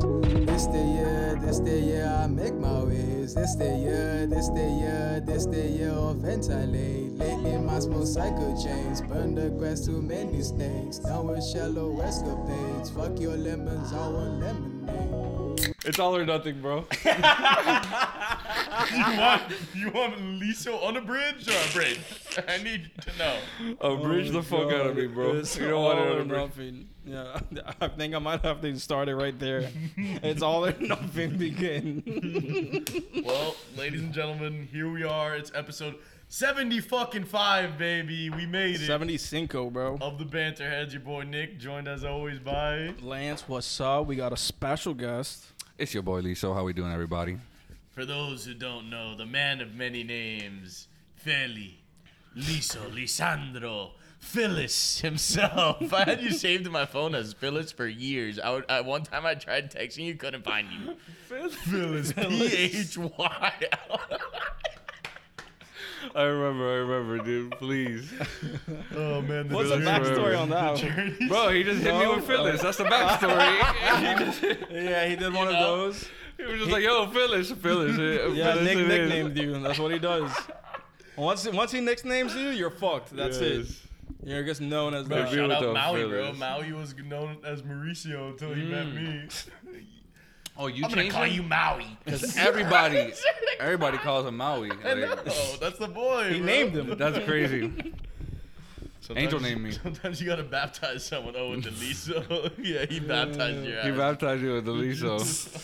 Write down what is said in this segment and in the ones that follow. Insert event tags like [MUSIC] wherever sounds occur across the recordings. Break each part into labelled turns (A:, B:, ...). A: This the year, this the year I make my ways. This the year, this the year, this the year of ventilate. Lately my small cycle chains burn the grass too many snakes. Down with shallow escapades. Fuck your lemons, I want lemonade.
B: It's all or nothing,
C: [LAUGHS]
B: bro.
D: You want [LAUGHS] you want Liso on a bridge or a bridge? [LAUGHS] I need to know.
B: Oh, bridge the fuck out of me, bro.
C: It's
B: You don't want
C: all
B: it on
C: or
B: a bridge.
C: nothing. Yeah, [LAUGHS] I think I might have to start it right
B: [LAUGHS]
C: there. it's all or nothing. Begin.
D: Well, ladies and gentlemen, here we are. It's episode seventy fucking five, baby. We made it.
C: Seventy cinco, bro.
D: Of the banter heads, your boy Nick, joined as always by
C: Lance, what's up? We got a special guest.
B: It's your boy Liso. How we doing, everybody?
D: for those who don't know, the man of many names, Feli, Liso, Lisandro, Phyllis himself. [LAUGHS] I had you saved in my phone as Phyllis for years. I, would, I one time I tried texting you, couldn't find you. Phyllis, P H Y L.
B: I remember, I remember, dude. Please,
D: Oh man,
C: What's the
B: Phyllis
C: backstory
B: forever.
C: on that?
B: [LAUGHS]
C: one?
B: bro. He just hit me with Phyllis. That's the backstory. he, just,
C: Yeah, he did one of
D: know?
B: [LAUGHS]
C: those.
B: he was just like, "Yo, Phyllis, Phyllis." eh,
C: Yeah,
B: Phyllis
C: Nick
B: it is."
C: nicknamed you. and That's what he does. Once once he nicknames you, you're fucked. That's it.
B: Yes.
C: You're just known as
D: Bro,
B: Maybe
C: that.
D: shout
B: with
D: out
B: the
D: Maui, bro.
B: Phyllis.
D: Maui was known as Mauricio until he met me.
B: Oh, Mm. you
D: I'm gonna
B: changed
D: call you
B: him?
D: Maui. [LAUGHS]
B: Because everybody, everybody calls him Maui. Like,
D: Oh, that's the boy.
C: He
D: bro.
C: named him.
B: [LAUGHS] that's crazy.
D: Sometimes-
B: Angel named me.
D: Sometimes you gotta baptize someone. Oh, [LAUGHS]
B: [LAUGHS]
D: with the Liso. yeah, he baptized your ass.
B: He baptized you
D: [LAUGHS]
B: with the Liso.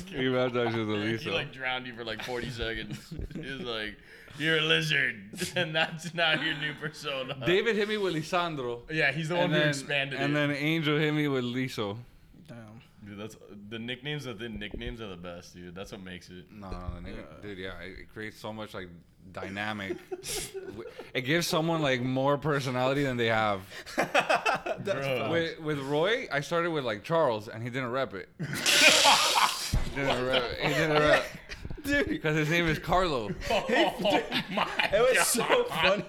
B: He baptized
D: Yeah,
B: you with the
D: He
B: Liso.
D: like uh, drowned you for like 40 seconds. He was like, "You're a lizard," [LAUGHS] and that's now your new persona.
B: David hit me with Lisandro.
D: Yeah, he's the one
B: And
D: who
B: then,
D: expanded
B: and
D: it.
B: then Angel hit me with Liso.
C: Damn.
D: dude, that's the nicknames within nicknames are the best, dude. That's what makes it.
B: No, no, no, dude, yeah, it it creates so much like dynamic. [LAUGHS] W- it gives someone like more personality than they have.
D: Bro.
B: With, with Roy, I started with like Charles, and he didn't rep it.
D: [LAUGHS]
B: He didn't rep. it. He didn't rep.
C: [LAUGHS] Dude,
B: Because his name is Carlo.
D: Oh my
C: it was so
D: God.
C: funny.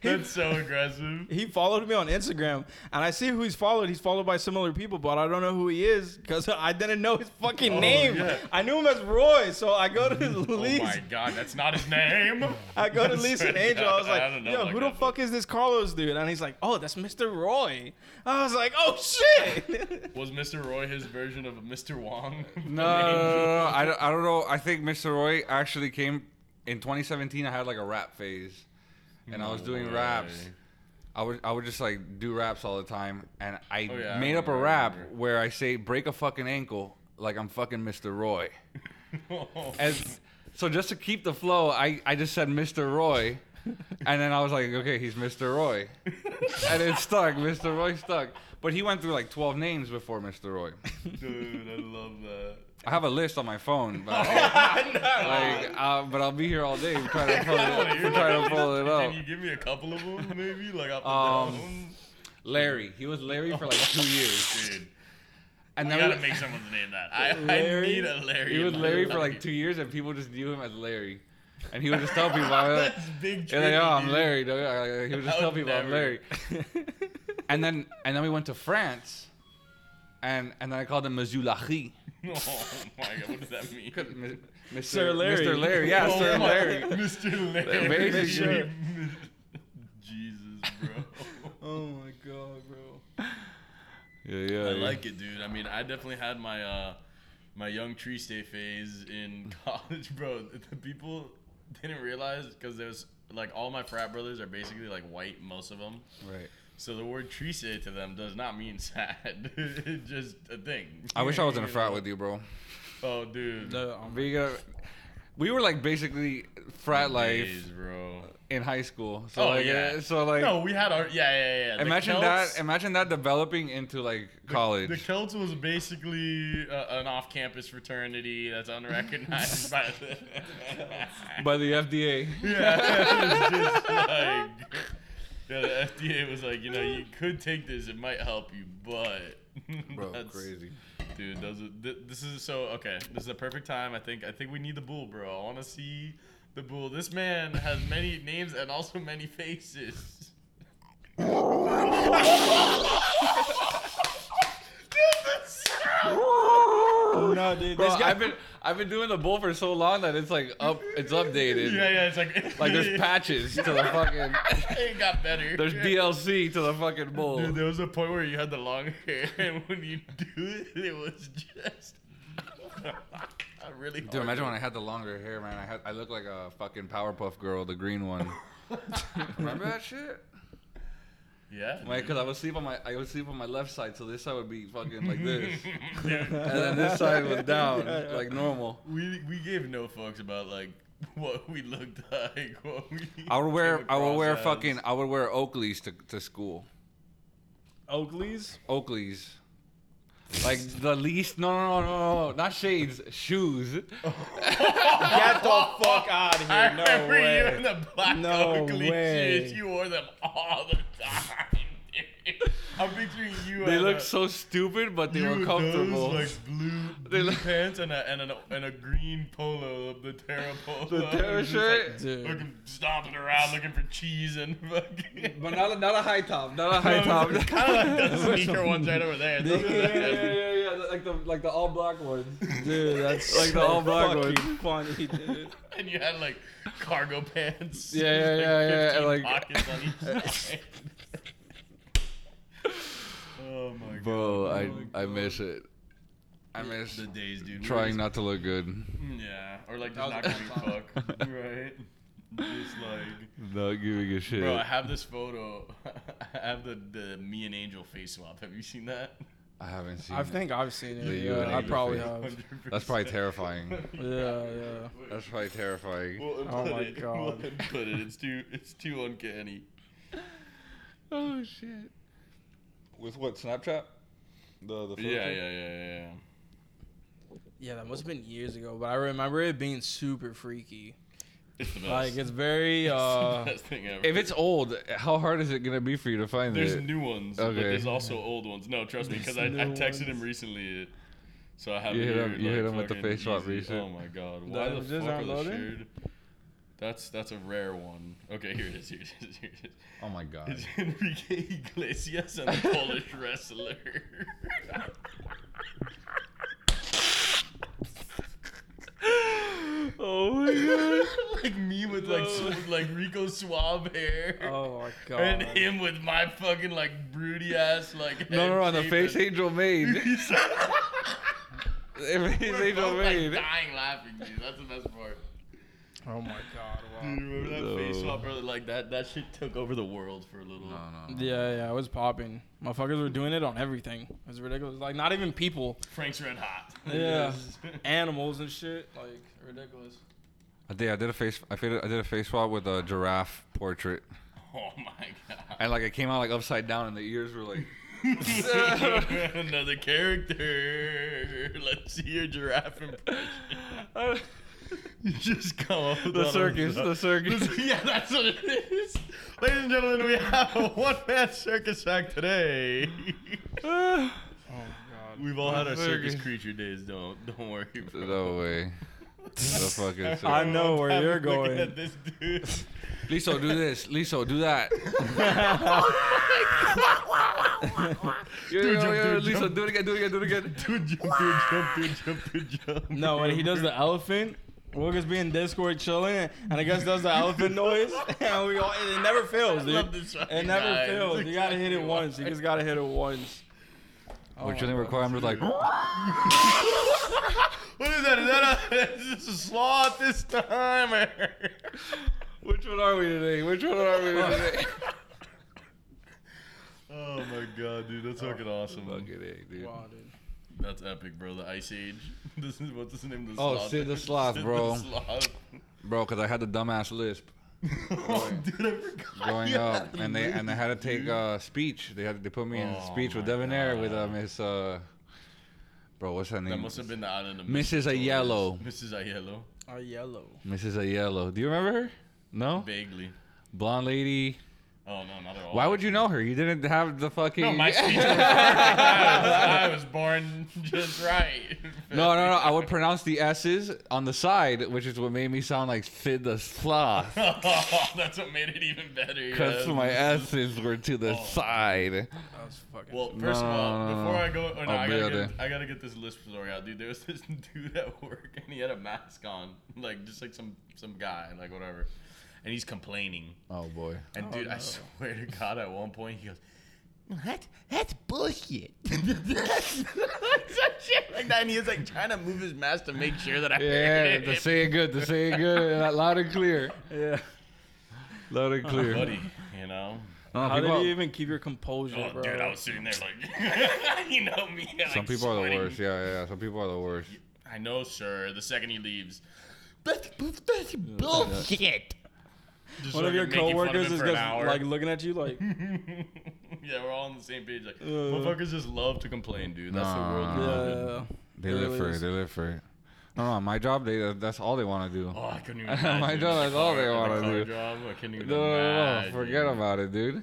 C: He
D: That's so aggressive.
C: he followed me on Instagram, and I see who he's followed. He's followed by similar people, but I don't know who he is because [LAUGHS] I didn't know his fucking
D: Oh,
C: name.
D: yeah.
C: I knew him as Roy, so I go to
D: [LAUGHS] Oh
C: [LAUGHS] Lise.
D: my god, that's not his name.
C: I go to Lise
D: swear
C: and
D: to
C: Angel. I was
D: God,
C: like,
D: [LAUGHS] I don't know
C: "Yo,
D: like
C: who the
D: that.
C: fuck is this Carlos dude?" And he's like, "Oh, that's Mr. Roy." I was like, "Oh shit!"
D: [LAUGHS] Was Mr. Roy his version of Mr. Wong? [LAUGHS]
B: No, no, [LAUGHS] no, no, I don't, I don't know. I think Mr. Roy actually came in 2017. I had like a rap phase, and I was
D: No
B: doing
D: way. [LAUGHS]
B: raps. I would I would just like do raps all the time, and I
D: Oh, yeah, I
B: made up a
D: remember, I
B: rap
D: remember.
B: where I say break a fucking ankle like I'm fucking Mr. Roy. As so just to keep the flow, I I just said Mr. Roy, and then I was like, okay, he's Mr. Roy, and it stuck. Mr. Roy stuck, but he went through like 12 names before Mr. Roy.
D: Dude, I love
C: [LAUGHS]
D: that. Oh,
B: I have a list on my phone, but, I,
D: [LAUGHS]
B: like, uh, but I'll be here all day trying to pull it, trying to pull it
D: Can you
B: up.
D: give me a couple of them, maybe? Like up
B: Um,
D: and down?
B: Larry, he was Larry for like two years,
D: Dude,
B: and
D: I
B: then
D: gotta
B: we-
D: make someone's name that. I, I
C: Larry?
D: need a Larry.
B: he
D: in
B: was
D: my
B: Larry for
D: life.
B: like two years, and people just knew him as Larry, and he would just tell people, I was
D: [LAUGHS]
B: like,
D: That's big.
B: they're like,
D: tricky,
B: "Oh, I'm
D: dude.
B: Larry." Dog. Like, He would just
D: I
B: tell
D: would
B: people, "I'm
D: never. [LAUGHS]
B: Larry," and then and then we went to France, and and then I called him Monsieur Larry.
D: [LAUGHS] Oh my god, what does that
B: [LAUGHS]
D: mean?
B: Mr.
C: Sir Larry.
B: Mr. Larry, yeah,
D: Oh
B: Sir
D: my-
B: Larry.
D: Mr. Larry.
B: Basically.
C: Sure.
D: [LAUGHS] Jesus, [LAUGHS] bro.
C: oh my god, bro.
B: Yeah, yeah.
D: I
B: yeah.
D: like it, dude. I mean, I definitely had my uh, my young tree stay phase in [LAUGHS] college, bro. The people didn't realize because there's like all my frat brothers are basically like white, most of them.
B: Right.
D: So the word tree stay to them does not mean [LAUGHS] sad. it's just a thing.
B: I wish I was in a frat with you, bro.
D: [LAUGHS] Oh, dude.
C: No, I'm-
B: We got- we were like basically frat life
D: Days, bro.
B: in high school. So
D: Oh,
B: like,
D: yeah.
B: uh, So like,
D: no, we had our yeah, yeah, yeah. The
B: imagine
D: Celts-
B: that. Imagine that developing into like college.
D: The Celts was basically uh, an off-campus fraternity that's unrecognized by
B: [LAUGHS]
D: the.
B: by the FDA.
D: Yeah, [LAUGHS] it was just like yeah, the FDA was like, you know, you could take this; it might help you, but [LAUGHS]
B: Bro,
D: that's-
B: crazy.
D: dude. Those are, th- this is so okay. This is the perfect time. I think. I think we need the bull, bro. I want to see the bull. This man has many names and also many faces. Dude, the sound!
C: no, dude.
B: Bro,
C: this guy-
B: I've been I've been doing the bull for so long that it's like up, it's updated.
D: [LAUGHS] Yeah, yeah, it's like [LAUGHS]
B: Like there's patches to the fucking,
D: It got better.
B: there's DLC to the fucking bull.
D: Dude, there was a point where you had the long hair, [LAUGHS] and when you do it, it was just [LAUGHS] really.
B: Dude, imagine when I had the longer hair, man. I had I looked like a fucking Powerpuff Girl, the green one. [LAUGHS] Remember that shit?
D: [LAUGHS] Yeah.
B: [LAUGHS] Like, cause I would sleep on my I would sleep on my left side, so this side would be fucking like
D: [LAUGHS]
B: this, and then this side was down like normal.
D: we we gave no fucks about like what we looked like. What we
B: I would wear
D: came
B: I would wear
D: across as. [LAUGHS]
B: fucking I would wear Oakleys to to school.
C: Oakley's.
B: Oakleys. Like the least no no no no no not shades shoes.
C: Get
D: [LAUGHS]
C: the fuck out of
D: I
C: here! No
D: remember you
C: way.
D: in the black
C: No
D: Oakley
C: way.
D: shoes. You wore them all the [LAUGHS] time. dude. I'm picturing you.
B: They
D: at
B: look
D: a-
B: so stupid, but they
D: you
B: were
D: with those,
B: comfortable.
D: like blue,
B: [LAUGHS] They
D: blue
B: look-
D: pants and a, and, an, and a green polo, the Terra polo.
B: [LAUGHS] The Terra
D: Just, like,
B: shirt?
C: Dude.
D: looking, stomping around looking for cheese and [LAUGHS] fucking.
B: but not a, not a high top, [LAUGHS] not a high top.
D: kind of like
B: [LAUGHS]
D: those sneaker ones right over there. Those are
B: yeah, yeah,
D: the-
B: yeah, yeah, yeah, like the like the all black ones.
C: Dude, that's
B: [LAUGHS] Like the all black
C: fucking funny, dude.
D: and you had like cargo pants.
B: Yeah, yeah,
D: [LAUGHS] Just, 15
B: yeah, yeah, like-
D: pockets on
B: [LAUGHS]
D: each side. [LAUGHS] oh my god.
B: Bro, I I miss it. I miss
D: The days, dude. We were
B: trying not to look good.
D: just- Yeah, or like just
C: That was-
D: not giving a fuck. [LAUGHS] Right? Just like.
B: Not giving a shit.
D: Bro, I have this photo. [LAUGHS] I have the, the me and Angel face swap. Have you seen that?
B: I haven't seen.
C: I
B: it.
C: think I've seen
B: Yeah,
C: it.
B: you and
C: Yeah, I
B: Angel
C: probably
D: [LAUGHS]
B: Face.
C: have.
D: 100%.
B: that's
D: [LAUGHS]
B: probably terrifying.
C: Yeah, yeah.
B: That's probably [LAUGHS] terrifying.
D: We'll
C: Oh
D: input
C: my
D: it. [LAUGHS]
C: God.
D: We'll input it. It's too it's too uncanny.
B: Oh shit. With what Snapchat? The the
D: Yeah, yeah, yeah, yeah, yeah.
C: Yeah, that must have been years ago, but I remember it being super freaky.
D: [LAUGHS] It's the best.
C: Like it's very uh
D: best thing ever.
B: If it's old, how hard is it gonna be for you to find
D: there's
B: it?
D: new ones, but
B: Okay.
D: there's also old ones. No, trust me, because I, I
C: There's new
D: texted him
C: ones.
D: recently. It, so I have
B: You
D: it
B: hit
D: here,
B: him- you
D: like,
B: hit him with the
D: fucking
B: face swap
D: easy.
B: recent.
D: Oh my god,
C: The
D: why the,
C: images
D: fuck are
C: aren't
D: those
C: loading?
D: shared? That's that's a rare one. Okay, here it is. Here it is. Here it is.
B: oh
D: [LAUGHS]
B: my god.
D: It's Enrique Iglesias and the Polish [LAUGHS] wrestler.
C: Oh my
D: like me with like s- with, like Rico Suave hair.
C: Oh my
D: [LAUGHS] and
C: god.
D: him with my fucking like broody ass like.
B: No,
D: head
B: no, no, the
D: shape
B: face
D: and- [LAUGHS]
B: angel [LAUGHS] made.
D: He's- Oh
B: The face
D: We're
B: angel
D: both, like,
B: made.
D: dying laughing, dude. That's the best part.
C: Oh my god. Wow.
D: Dude, remember that face
B: No.
D: swap, brother? Like that, that shit took over the world for a little.
B: No, no.
C: Yeah, yeah, it was popping. Motherfuckers were doing it on everything. It was ridiculous. Like not even people,
D: Frank's Red Hot. [LAUGHS]
C: Yeah.
D: Yes.
C: animals and shit. Like
D: [LAUGHS]
C: ridiculous.
B: I did. I did a face. I did. I did a face swap with a giraffe portrait,
D: oh my god.
B: and like it came out like upside down, and the ears were like. [LAUGHS]
D: [LAUGHS] Another character. [LAUGHS] Let's see your giraffe impression. [LAUGHS] You just come up with
B: the
D: one of
B: circus.
D: those. [LAUGHS]
B: The
C: [LAUGHS]
B: circus.
D: yeah, that's what it is. Ladies and gentlemen, we have a one-man circus act
B: [LAUGHS]
D: today.
B: no
C: Oh my god.
D: We've all had our circus
B: Circus.
D: creature days. Don't don't worry. Bro.
B: way. [LAUGHS] The fucking.
C: I
B: Circus.
C: know where
D: I'm
C: you're
D: looking
C: going.
D: At this dude. [LAUGHS]
B: Liso, do this. Liso, do that. Yo,
D: Dude,
B: yo,
D: jump,
B: yo,
D: dude,
B: Liso,
D: jump.
B: do it again. Do it again. Do it again.
D: Dude, jump, dude, jump, dude, jump, dude, jump.
C: No, when he does the elephant, we'll just be in Discord chilling, and I guess does the elephant noise, [LAUGHS] and we all, it never fails,
D: I
C: dude.
D: love this fucking
C: It never
D: guy.
C: fails.
D: This
C: You gotta hit it
D: guy.
C: once. You just gotta hit it once. Oh
B: Which
C: my
B: I think requirement was like.
D: What is that? Is that a, [LAUGHS] is this a sloth this time?
B: Which one are we today? Which one are we today?
D: [LAUGHS] oh my god, dude,
B: Oh,
D: that's fucking awesome.
B: Fucking A, eh, dude.
C: God. Wow, dude.
D: That's epic, bro. The Ice Age. [LAUGHS] This is what's his name? The
B: Oh,
D: sloth. [LAUGHS]
B: Sid the Sloth, bro.
D: The sloth.
B: Bro, because I had the dumbass lisp
D: [LAUGHS] oh, dude, I forgot.
B: growing
D: you had
B: up,
D: the
B: and they and they had to
D: list,
B: take
D: dude.
B: uh, speech. They had they put me in
D: Oh
B: speech with
D: my
B: Debonair with uh,
D: God.
B: Miss. Uh, bro, what's her name?
D: That must have been the island of
B: Mrs. Aiello.
D: Mrs. Aiello.
C: A yellow.
B: Mrs. Aiello. Do you remember her? No.
D: Vaguely.
B: Blonde lady.
D: Oh no, not at all.
B: Why would you know her? You didn't have the fucking.
D: No,
B: [LAUGHS]
D: my speech was perfect. I was, I was born just right.
B: [LAUGHS] no, no, no. I would pronounce the S's on the side, which is what made me sound like Sid the Sloth.
D: Oh, [LAUGHS] that's what made it even better.
B: Because
D: yeah. Oh.
B: my S's were to the side.
C: That was fucking.
D: Well, first of all,
B: No, no, no,
D: before
B: no.
D: I go, oh, no,
B: I'll
D: I,
B: be
D: gotta
B: there.
D: get, I gotta get this list story out, dude. There was this [LAUGHS] dude at work, and he had a mask on, like just like some some guy, like whatever, and he's complaining.
B: Oh, boy.
D: And dude, I swear to God, at one point he goes, "That that's bullshit." [LAUGHS] that's, that's shit like that, and he was like trying to move his mask to make sure that I heard
B: Yeah,
D: it.
B: to say it good, to say it good, and [LAUGHS] that loud and clear.
C: Yeah.
B: Loud and clear.
D: buddy, you know.
B: No,
C: How
B: people-
C: did you even keep your composure,
D: Oh,
C: bro?
D: dude, I was sitting there like, [LAUGHS] you know me. Like,
B: some people are the
D: sweating.
B: worst. Yeah, yeah, yeah. Some people are the worst.
D: I know, sir. The second he leaves, that's, that's bullshit. Just
C: One of
D: fucking
C: your
D: making fun
C: coworkers
D: him
C: is
D: for an
C: just
D: hour.
C: like looking at you like,
D: [LAUGHS] yeah, we're all on the same page. Like, motherfuckers just love to complain, dude. That's the
B: Nah.
D: world. we live in.
C: yeah.
B: They live
C: really
B: for
C: is.
B: it. They live for it. No, no, my job. They that's all they want to do.
D: Oh, I couldn't
B: [LAUGHS]
D: even. Imagine.
B: My God, that's all they
D: The
B: wanna
D: car
B: do.
D: Job, I couldn't even
B: No, no, no, no,
D: imagine.
B: forget about it, dude.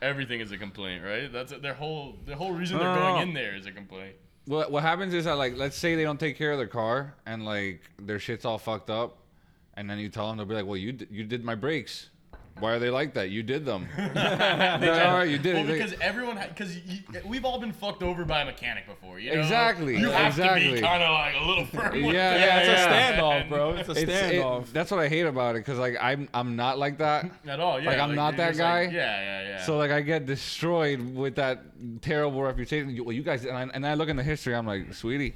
D: Everything is a complaint, right? That's their whole the whole reason
B: No,
D: they're
B: no,
D: going
B: no.
D: in there is a
B: [LAUGHS]
D: complaint. [LAUGHS]
B: What what happens is that like let's say they don't take care of their car and like their shit's all fucked up, and then you tell them they'll be like, well, you d- you did my brakes. Why are they like that? You
D: [LAUGHS]
B: did them. They're like, all right, you did
D: Well,
B: it. They-
D: because everyone, because we've all been fucked over by a mechanic before, you know?
B: Exactly,
D: You have to
B: exactly.
D: be kind of like a little firm. with
B: Yeah,
D: them.
C: Yeah, it's
B: yeah.
C: a standoff, bro. It's a
B: it's- it-
C: standoff.
B: that's what I hate about it because like I'm I'm not like that.
D: [LAUGHS] At all, [LAUGHS] yeah.
B: Like, I'm not
D: you're
B: that
D: just like,
B: guy.
D: yeah, yeah, yeah.
B: So like I get destroyed with that terrible reputation. You, well, you guys and I, and I look in the history. I'm like, sweetie,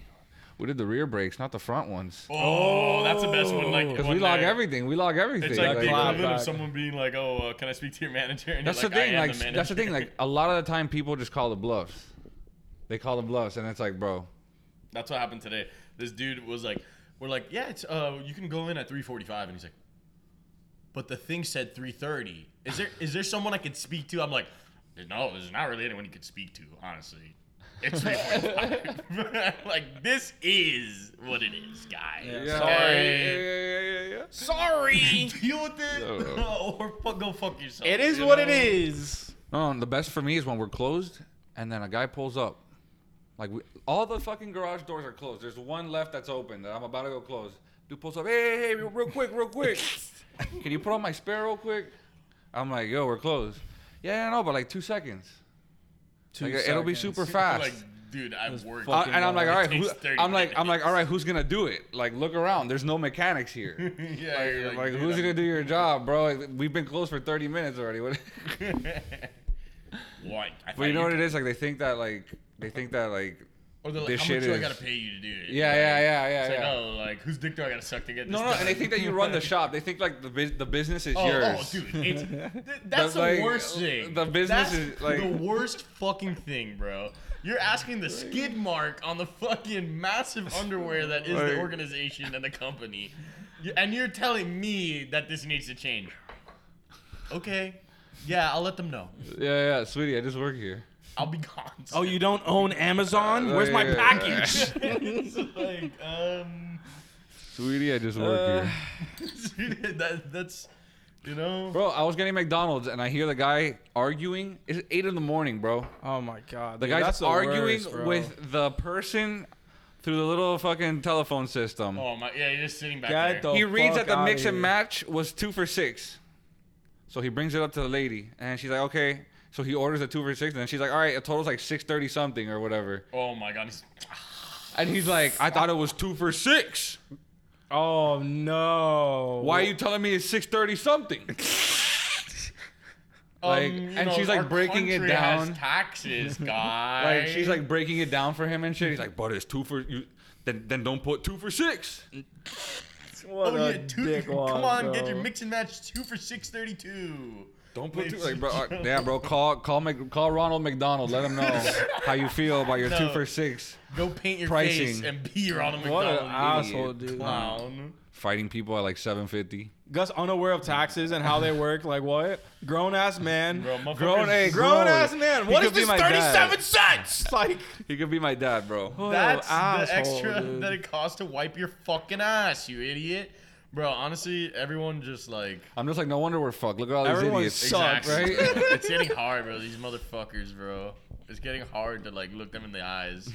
B: we did the rear brakes, not the front ones.
D: oh, that's the best one. Like,
B: Because
D: one
B: we log
D: there.
B: everything. We log everything.
D: It's like
B: Like,
D: the
C: Clap
D: equivalent of
C: back.
D: someone being like, "Oh, uh, can I speak to your manager?" And
B: that's
D: you're
B: the
D: like,
B: thing.
D: I am
B: Like
D: the
B: that's the thing.
D: manager."
B: Like a lot of the time, people just call the bluffs. They call the bluffs, and it's like, bro,
D: that's what happened today. This dude was like, "We're like, yeah, it's uh, you can go in at 3:45," and he's like, "But the thing said 3:30. Is there is there someone I could speak to?" I'm like, "No, there's not really anyone you could speak to, honestly."
C: [LAUGHS]
D: It's 3:45. [LAUGHS] like this is what it is, guys.
B: yeah,
D: Okay?
B: yeah, yeah, yeah, yeah.
D: Sorry. Deal with it.
B: No.
D: [LAUGHS] or fuck, go fuck yourself.
C: It is
D: you
C: what
D: know?
C: it is.
B: No, no, the best for me is when we're closed and then a guy pulls up. Like, we, all the fucking garage doors are closed. There's one left that's open that I'm about to go close. Dude pulls up, hey, hey, hey, real real quick, [LAUGHS] real quick. Can you put on my spare real quick? I'm like, yo, we're closed. Yeah, I know, but like two seconds.
C: Two
B: Like, it'll be
C: seconds.
B: super fast.
D: [LAUGHS] Like, dude, I work.
B: I-
C: fucking
B: and I'm like,
C: long.
B: all right,
D: It
B: who,
D: takes 30
B: I'm like, I'm like,
D: minutes.
B: all right, who's gonna do it? Like, look around. There's no mechanics here.
D: [LAUGHS] Yeah, you're
B: Like,
D: dude,
B: who's
D: I'm-
B: gonna do your job, bro? Like, we've been closed for 30 minutes already. What- [LAUGHS]
D: [LAUGHS] Why? I
B: but you
D: thought
B: know what it is? Like, they think that, like, they think that, like,
D: Or they're like,
B: This
D: how
B: shit
D: much do I
B: is-
D: gotta pay you to do it?
B: Yeah,
D: Like,
B: yeah, yeah, yeah,
D: It's
B: yeah.
D: like, oh, like whose dick do I gotta suck to get this?
B: No, no,
D: done?
B: and they think that you run
D: [LAUGHS]
B: the shop. They think like the bus the business is
D: Oh,
B: yours.
D: oh, dude, it's, th-
B: [LAUGHS]
D: that's the
B: like,
D: worst thing.
B: the business
D: That's
B: is, like-
D: the worst fucking thing, bro. You're asking the skid
B: [LAUGHS]
D: mark on the fucking massive underwear that is
B: Like-
D: the organization and the company, You- and you're telling me that this needs to change. Okay, yeah, I'll let them know.
B: Yeah, yeah, sweetie, I just work here.
D: I'll be gone.
C: Oh, you don't own Amazon?
B: Uh,
C: Where's my
B: yeah.
C: package?
D: it's [LAUGHS] like um. [LAUGHS]
B: Sweetie, I just work
C: Uh,
B: here.
D: that, that's you know
B: Bro, I was getting McDonald's and I hear the guy arguing. It's eight in the morning, bro.
C: [LAUGHS] Oh my god.
B: The
C: dude,
B: guy's
C: that's
B: arguing
C: worst, bro.
B: with the person through the little fucking telephone system.
D: oh my yeah you're just sitting back
C: God,
D: there
C: the
B: he reads
C: fuck
B: that the
C: outta
B: mix and
C: here.
B: match was two for six. So he brings it up to the lady and she's like, okay. So he orders a two for six and then she's like, all right, a total's like 630 something or whatever.
D: oh my god he's,
B: And he's like, I thought it was two for six.
C: Oh no.
B: Why are you telling me it's 6:30 something? Like,
D: um, you
B: and
D: know,
B: she's, like,
D: our
B: breaking it
D: country has
B: down. [LAUGHS]
D: taxes guy
B: Like she's like breaking it down for him and shit. He's like, but it's two for you. Then then don't put two for six.
C: What
D: oh
C: a
D: yeah two
C: dickwad,
D: come on get
C: bro.
D: your mix and match two for six thirty two
B: Don't put two.
D: Please.
B: Like bro, uh, damn bro, call call Mc, call Ronald McDonald. Let him
C: [LAUGHS]
B: know how you feel about your two
D: No.
B: for six.
D: go paint your face
B: Pricing.
D: and be your Ronald
C: What an
D: McDonald
C: asshole, dude.
D: clown
B: Fighting people at like 7:50.
C: Gus unaware of taxes and how they work. Like what? Grown ass man.
D: Bro, motherfuckers-
C: grown
B: hey,
C: grown
B: grown.
C: ass man.
B: He
C: What is
B: could be
C: this
B: my
C: thirty
B: dad.
C: seven cents?
B: [LAUGHS]
C: Like
B: He could be my dad, bro.
C: what an
D: That's
C: asshole,
D: the extra
C: dude.
D: that it costs to wipe your fucking ass, you idiot. Bro, honestly, everyone just like
B: I'm just like, no wonder we're fucked. Look at all these
C: Everyone
B: idiots.
C: sucks.
B: Exactly. [LAUGHS] right?
D: it's getting hard, bro. These motherfuckers, bro. It's getting hard to like look them in the eyes.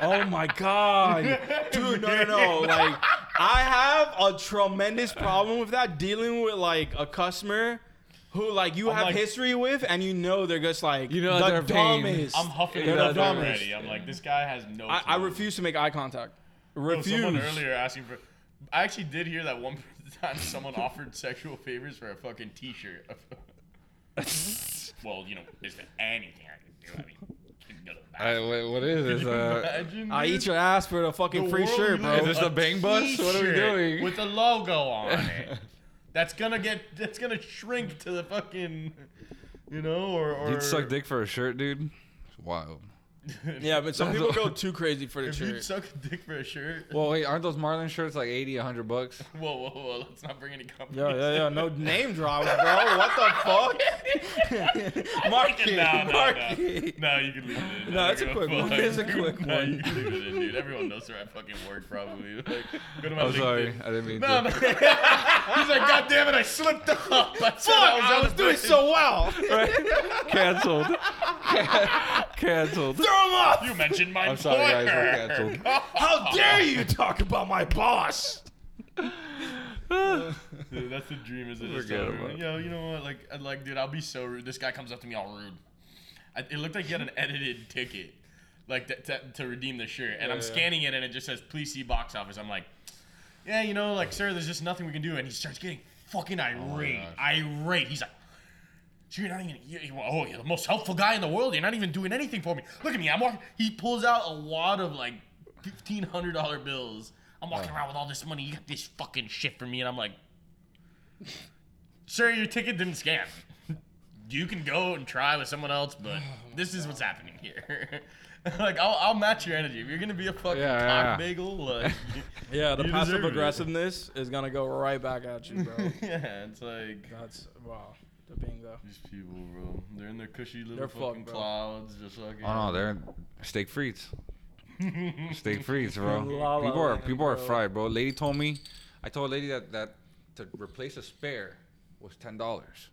C: Oh my god, [LAUGHS] dude! No, no, no! Like, I have a tremendous problem with that. Dealing with like a customer who like you
D: I'm
C: have
D: like-
C: history with, and you know they're just like
B: You know
C: the
B: they're paying.
C: dumbest.
D: I'm huffing
C: They're
D: it up
C: the dumbest.
D: already. I'm like, this guy has no.
C: I, I
D: clue.
C: refuse to make eye contact.
D: Bro,
C: Refuse.
D: Oh, Someone earlier asking for. I actually did hear that one [LAUGHS] time someone offered sexual favors for a fucking T-shirt. [LAUGHS] well, you know, is there anything I can do? I mean, you can go to the
B: I,
D: bathroom.
B: what, what is
C: [LAUGHS]
B: this? Uh,
D: Imagine,
C: I
D: dude.
C: eat your ass for the fucking
D: The
C: free
D: world
C: shirt,
D: we
C: bro.
D: live
B: Is this
D: in. A
B: the Bang Bus? What are we
D: t-shirt
B: doing?
D: With a logo on
B: [LAUGHS]
D: it. That's gonna get. That's gonna shrink to the fucking. You know, or or.
B: you'd suck dick for a shirt, dude. It's wild.
C: yeah, but some people [LAUGHS] go too crazy for the
D: If you
C: shirt.
D: suck a dick for a shirt. [LAUGHS] Whoa,
B: Well, wait, aren't those Marlin shirts like 80, 100 bucks?
D: whoa, whoa! Let's not bring any companies.
C: Yeah, yeah, yeah. No [LAUGHS] name drops, bro. What the
D: [LAUGHS]
C: fuck? [LAUGHS] Mark it,
D: No, no,
C: mark
D: no.
C: it.
D: No, you can leave it in.
C: No,
D: I
C: it's
D: don't
C: a
D: give
C: quick one.
D: fuck.
C: It's a
D: [LAUGHS]
C: quick
D: No,
C: one.
D: you can leave it in, dude. Everyone knows where I fucking work, probably. Like, go to my
B: I'm
D: LinkedIn.
B: Oh, sorry. I didn't mean
D: No,
C: [LAUGHS]
B: to.
D: no. He's like, God damn it, I slipped up. I said
C: Fuck, I
D: on
C: was
D: the
C: doing
D: bridge."
C: so well.
B: [LAUGHS] Canceled.
C: [LAUGHS]
B: Canceled.
C: Throw him off.
D: You mentioned my
B: I'm sorry, guys. We're
D: employer.
B: canceled.
C: How dare you talk about my boss?
D: Dude, that's the dream, is it? Just
B: Forget
D: so
B: about
D: rude.
B: it.
D: Yo, you know what? Like, I- like, dude, I'll be so rude. This guy comes up to me all rude. I, it looked like he had an edited ticket, like that that- to redeem the shirt. And I'm
C: yeah.
D: scanning it, and it just says, "Please see box office." I'm like, yeah, you know, like, sir, there's just nothing we can do. And he starts getting
C: Oh
D: fucking irate,
B: gosh.
D: irate. He's like. So you're not even. You, you- oh, you're the most helpful guy in the world. You're not even doing anything for me. Look at me. I'm walking. He pulls out a wad of like fifteen hundred dollar bills. I'm walking around with all this money. You got this fucking shit for me, and I'm like, sir, your ticket didn't scan. You can go and try with someone else,
B: [SIGHS]
D: but this is what's happening here. [LAUGHS] like, I'll, I'll match your energy. If you're gonna be a fucking
B: Yeah, yeah, yeah.
D: cock bagel,
B: [LAUGHS]
D: like,
C: Yeah, the
D: You deserve
C: passive
D: it.
C: aggressiveness is gonna go right back at
B: [LAUGHS]
C: you,
B: Oh.
C: bro.
D: [LAUGHS] yeah, it's like.
C: That's wow. The bingo.
D: These people, bro, they're in their cushy little
C: They're fucked,
D: fucking
C: bro.
D: clouds, just fucking.
B: Oh no, they're steak frites.
C: [LAUGHS]
B: steak frites, bro.
C: La La
B: people are
C: Land,
B: people are
C: bro.
B: fried, bro. Lady told me, I told a lady that that to replace a spare was ten dollars,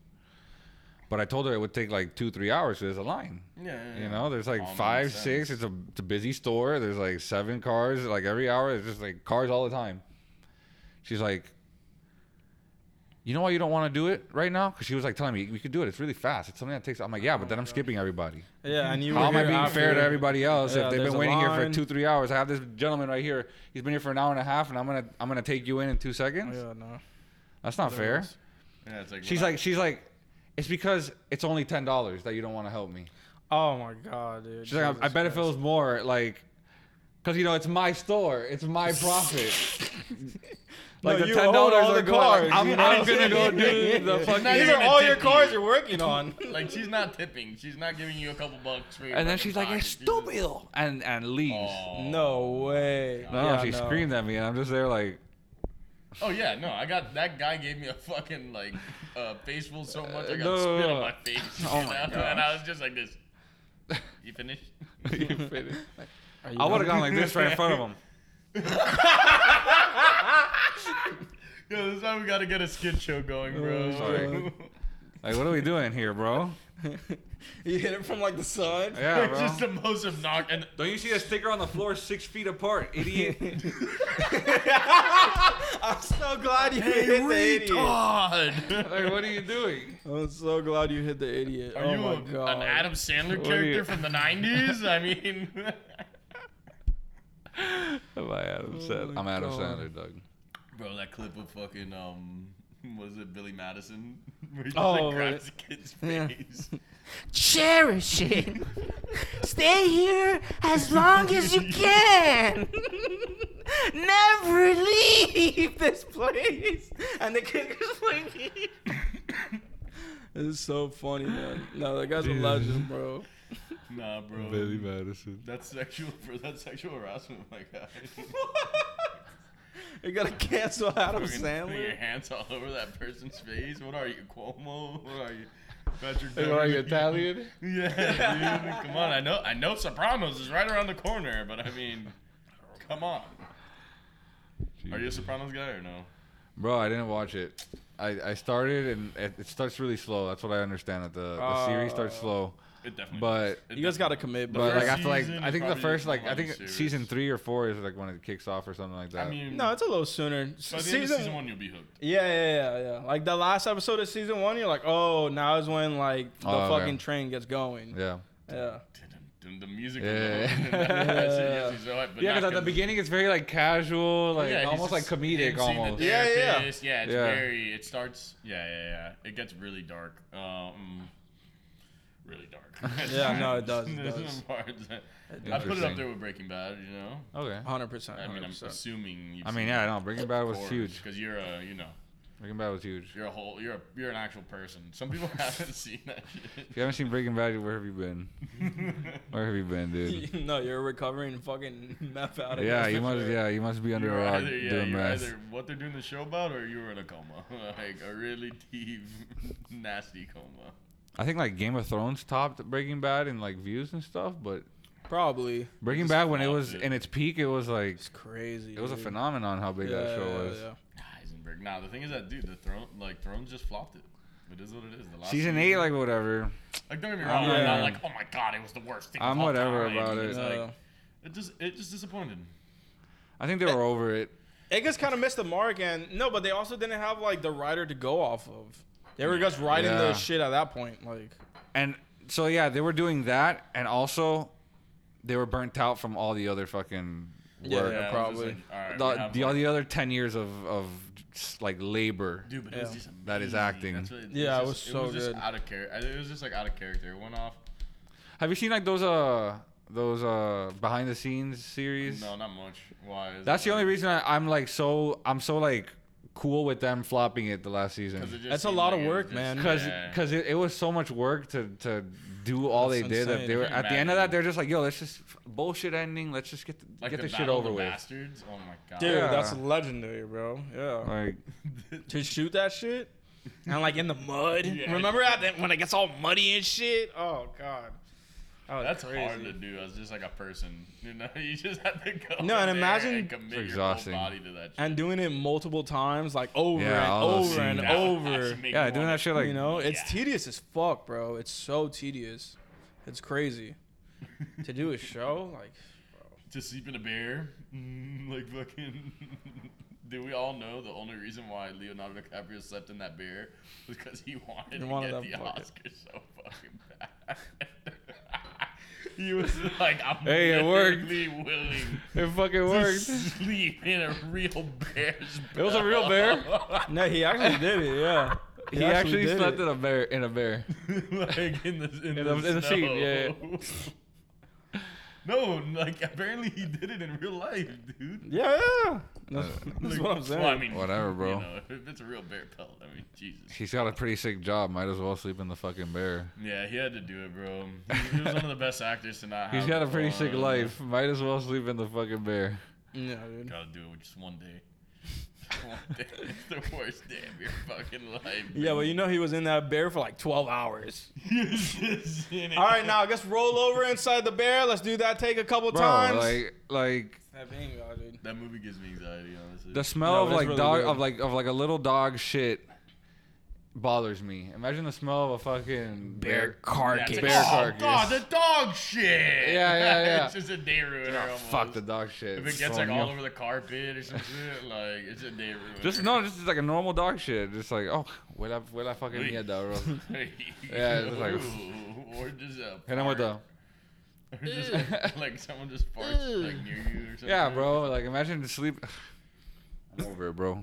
B: but I told her it would take like two three hours. 'cause There's a line.
D: Yeah, yeah,
B: You
D: yeah.
B: know, there's like
D: Common
B: five,
D: sense.
B: six. It's a, it's a busy store. There's like seven cars. Like every hour, there's just like cars all the time. She's like, you know why you don't want to do it right now? Because she was like telling me we could do it. It's really fast. It's something that takes. I'm like, yeah, but
C: Oh
B: then I'm skipping everybody.
C: Yeah, and you.
B: How
C: were
B: am I
C: here
B: being fair
C: after-
B: to everybody else
C: Yeah,
B: if they've
C: there's
B: been
C: a
B: waiting here for
C: line.
B: two, three hours? I have this gentleman right here. He's been here for an hour and a half, and I'm gonna, I'm gonna take you in in two seconds.
C: Yeah, no.
B: That's not fair.
D: Yeah, it's like.
B: She's
D: when I-
B: like, she's like, it's because it's only ten dollars that you don't want to help me.
C: Oh my god, dude.
B: She's like, I, I
C: Jesus
B: bet if it
C: Christ.
B: was more, like, because you know it's my store, it's
C: [LAUGHS]
B: my profit. like
C: No,
B: the
C: you
B: ten
C: own
B: dollars
C: all
B: are
C: the
B: going. like,
C: cars,
B: I'm,
C: you know
B: I'm
C: what
B: gonna
C: I'm [LAUGHS]
B: go do
C: saying?
B: the
C: These
B: fucking.
D: not
C: These
D: even
C: are all your
D: tipping
C: cars
D: you.
C: you're working on.
B: [LAUGHS]
D: Like she's not tipping. She's not giving you a couple bucks for your.
B: And then
D: fucking
B: she's like,
D: pocket.
B: it's
D: She's just-
B: stupid, and and leaves.
D: Oh.
C: No way.
B: No,
C: Yeah, [LAUGHS]
B: she screamed at me, and I'm just there like. [LAUGHS]
D: Oh yeah, no, I got that guy gave me a fucking like
B: [LAUGHS]
D: uh, face full so much I got
B: no,
D: spit
B: no,
D: on
B: no.
D: my face.
B: [LAUGHS] Oh
D: you
B: my
D: know? And I was just like this.
B: [LAUGHS]
D: You finished?
B: I would have gone like this right in front of him.
D: Yo, this is why we gotta get a skit show going,
B: Oh
D: bro. [LAUGHS]
B: sorry. Like, what are we doing here, bro?
C: [LAUGHS] You hit it from like the side.
B: Yeah,
D: It's
B: bro.
D: just the most obnoxious.
B: [LAUGHS]
D: And
B: Don't you see a sticker on the floor six feet apart, [LAUGHS] idiot?
C: [LAUGHS] I'm so glad you hit the idiot.
D: God.
B: like, what are you [LAUGHS] doing?
C: I'm so glad you hit the idiot.
D: [LAUGHS] Are
C: oh
D: you
C: my
D: a-
C: god.
D: an Adam Sandler
B: What are you-
D: character from the 90s? I mean, [LAUGHS]
B: [LAUGHS]
D: Oh
B: Am I Adam Sandler?
C: my
B: I'm Adam
C: God.
B: Sandler, Doug.
D: bro, that clip of fucking um, [LAUGHS] was it Billy Madison? [LAUGHS] Where he just
C: Oh,
D: like
C: right.
D: grabs the kid's
C: [LAUGHS] Yeah.
D: face.
A: cherish
C: [LAUGHS]
A: it. Stay here as long as you can. Never leave this place. And the kid is like, [LAUGHS]
C: This is so funny, man. No, that guy's a legend, bro.
D: Nah, bro.
B: Madison.
D: That's sexual. Bro, that's sexual harassment, my
C: [LAUGHS]
D: guy.
C: You
D: [LAUGHS]
C: gotta cancel Adam
D: Fucking putting your
C: Sandler.
D: hands all over that person's face. What are you, Cuomo? What are you, Patrick?
B: are
D: Beverly?
B: you Italian?
D: [LAUGHS] Yeah, dude. Come on. I know. I know. Sopranos is right around the corner, but I mean, come on. Are you a Sopranos guy or no?
B: Bro, I didn't watch it. I, I started and it, it starts really slow. That's what I understand. That the, the series starts slow,
D: It definitely.
B: but
D: does. It
C: You guys gotta
D: definitely-
C: commit,
B: but
C: bro.
B: like
D: first
B: after like
D: season
B: I
D: is
B: think the
D: probably
B: first like I
D: one
B: think
D: series.
B: season three or four is like when it kicks off or something like that.
D: I mean,
C: no, it's a little sooner.
D: by the
C: season,
D: end of season one, you'll be hooked.
C: Yeah, yeah, yeah, yeah. Like the last episode of season one, you're like, oh, now is when like the
B: Oh, okay.
C: fucking train gets going.
B: yeah.
C: Yeah.
D: The, the music.
B: [LAUGHS] Yeah.
D: yeah.
B: Yeah, because at the beginning it's very like casual, like
D: Yeah, he's
B: almost like
D: just
B: comedic,
D: emceeing the
B: almost.
C: Yeah, yeah.
D: therapist. Yeah, it's
B: Yeah.
D: very. It starts. Yeah, yeah, yeah. It gets really dark. Um, really
B: [LAUGHS]
D: dark.
C: Yeah, no,
D: [LAUGHS]
C: it does, it
D: There's
C: does.
D: some parts that- I put it up
B: Interesting.
D: there with Breaking Bad. You know.
B: Okay.
C: Hundred percent.
D: I mean, I'm assuming. You've
B: I mean, yeah, no, Breaking Bad was huge.
D: because you're a, you know,
B: Breaking Bad was huge.
D: you're a whole, you're a, you're an actual person. Some people [LAUGHS] haven't seen that
B: [LAUGHS]
D: shit.
B: If you haven't seen Breaking Bad, where have you been?
D: [LAUGHS]
B: Where have you
C: [LAUGHS]
B: been, dude?
C: no, you're recovering fucking [LAUGHS] meth out of
B: Yeah, you must. Yeah, you must be under
D: You're
B: a rock
D: either, yeah,
B: doing
D: you're
B: meth.
D: either what they're doing the show about, or you were in a coma, [LAUGHS] like a really deep, [LAUGHS] nasty coma.
B: I think like Game of Thrones topped Breaking Bad in like views and stuff, but
C: Probably.
B: Breaking Bad when it
D: flopped
B: was
D: it.
B: in its peak, it was like
C: It's crazy.
B: it was a
C: dude.
B: phenomenon how big that show was.
D: Heisenberg. Nah, the thing is that dude, the throne, like Thrones, just flopped it. It is what it is. The last
B: Season eight, like whatever.
D: like don't get me wrong, I'm
B: I'm
D: not
B: not-
D: like, oh my god, it was the worst thing. of
B: I'm
D: all
B: whatever
D: time."
B: about
D: It
B: it.
D: was
C: Yeah.
D: like-
C: Uh,
D: it just, it just disappointed.
B: I think they were over it.
C: it just kind of missed the mark, and no, but they also didn't have like the writer to go off of. They were just writing
B: Yeah.
C: the shit at that point, like.
B: And so yeah, they were doing that, and also they were burnt out from all the other fucking
C: Yeah,
B: work.
C: yeah,
D: Yeah, it was
C: probably.
D: just like, all right, we
B: The,
D: Uh, have
B: the
D: one.
B: all the other ten years of of just, like labor.
D: Dude, but it was
C: Yeah.
D: just amazing.
B: That is acting.
D: That's what it,
C: Yeah, it
D: just-
C: was so
D: just
C: good.
D: out of character. It was just like out of character. It went off.
B: Have you seen like those uh those uh behind the scenes series?
D: No, not much. Why? Is
B: That's
D: it
B: the only
D: like-
B: reason I, I'm like so I'm so like cool with them flopping it the last
D: 'cause it
B: season.
D: just
C: That's a
D: seemed
C: lot
D: like
C: of
D: it was
C: work,
D: just-
C: man.
B: Because
D: yeah.
B: it, it was so much work to to do all
C: That's
B: they did that
C: insane.
B: they were
D: Can you
B: at the end of that
D: imagine?
B: they're just like yo let's just bullshit ending let's just get the,
D: Like
B: get
D: the
B: this shit
D: Battle of
B: over
D: the
B: with
D: Bastards. Oh my god.
C: Dude,
B: Yeah.
C: that's legendary, bro. Yeah.
B: like
C: To shoot that shit, and like in the mud.
D: [LAUGHS] Yeah.
C: Remember at the, when it gets all muddy and shit? Oh god. Oh,
D: That's hard to do as just like a person. You know, [LAUGHS] you just have to go.
C: No, and
D: in there
C: imagine-
D: and commit
B: It's exhausting.
D: your whole body to that. Shit.
C: And doing it multiple times, like over
B: Yeah,
C: and
B: all those
C: over and
B: scenes.
D: That would
C: over.
D: actually make
B: yeah
D: you
B: doing
D: wanna-
B: that shit like
C: you know, it's
D: yeah.
C: tedious as fuck, bro. It's so tedious. It's
D: [LAUGHS]
C: crazy. to do a show, like
D: to sleep in a bear, Mm, like fucking. [LAUGHS] Do we all know the only reason why Leonardo DiCaprio slept in that bear was because he wanted to
C: wanted
D: get
C: that
D: the
C: bucket.
D: Oscar so fucking bad. [LAUGHS] he was like, I'm
B: Hey, it worked.
D: literally willing
B: it fucking
D: to
B: worked
D: sleep in a real bear's.
B: it was a real bear
C: no, he actually did it. Yeah,
B: he, actually,
C: did
B: slept
C: it.
B: in a bear in a bear
D: [LAUGHS] like in the in,
B: In
D: the,
B: the- in the
D: snow.
B: scene, yeah,
D: [LAUGHS] no, like apparently he did it in real life, dude.
C: Yeah, yeah. That's,
B: Uh,
C: that's
D: Like,
C: what I'm saying.
D: well, I mean,
B: Whatever, bro.
D: You know, if it's a real bear pelt, I mean, Jesus.
B: he's got a pretty sick job might as well sleep in the fucking bear
D: Yeah, he had to do it, bro. He, he was one of the best actors to not.
B: he's
D: have
B: got a pretty sick
D: one.
B: life might as well sleep in the fucking bear
C: yeah, dude.
D: Gotta do it with just one day. One day. [LAUGHS] It's the worst day of your fucking life.
C: Yeah, well, you know he was in that bear for like 12 hours.
D: [LAUGHS] All
C: All right, now I guess roll over inside the bear. Let's do that. Take a couple
B: bro
C: times.
B: like like
D: That movie gives me anxiety, honestly.
B: The smell
C: No,
B: of
C: it is
B: like
C: really
B: dog
C: good.
B: of like of like a little dog shit bothers me. Imagine the smell of a fucking bear.
D: That's
C: carcass.
D: like,
B: Bear
D: oh,
B: carcass.
D: God, the dog shit.
B: Yeah, yeah,
D: [LAUGHS]
B: yeah.
D: it's just a day ruiner.
B: Oh,
D: almost.
B: fuck the dog shit.
D: If it gets
B: So
D: like all
B: yum.
D: over the carpet or some shit, like it's a day ruiner.
B: Just no, just like a normal dog shit. Just like oh, where I where I fucking
D: Wait. [LAUGHS]
B: mierda, bro.
D: yeah,
B: Yeah, it's like-
D: or just a
B: Hit him with the
D: fart. [LAUGHS] Or just
B: [LAUGHS]
D: like, like someone just farts like near you or something.
B: yeah, bro. Like imagine the sleep. [SIGHS] I'm over
D: [LAUGHS]
B: it, bro.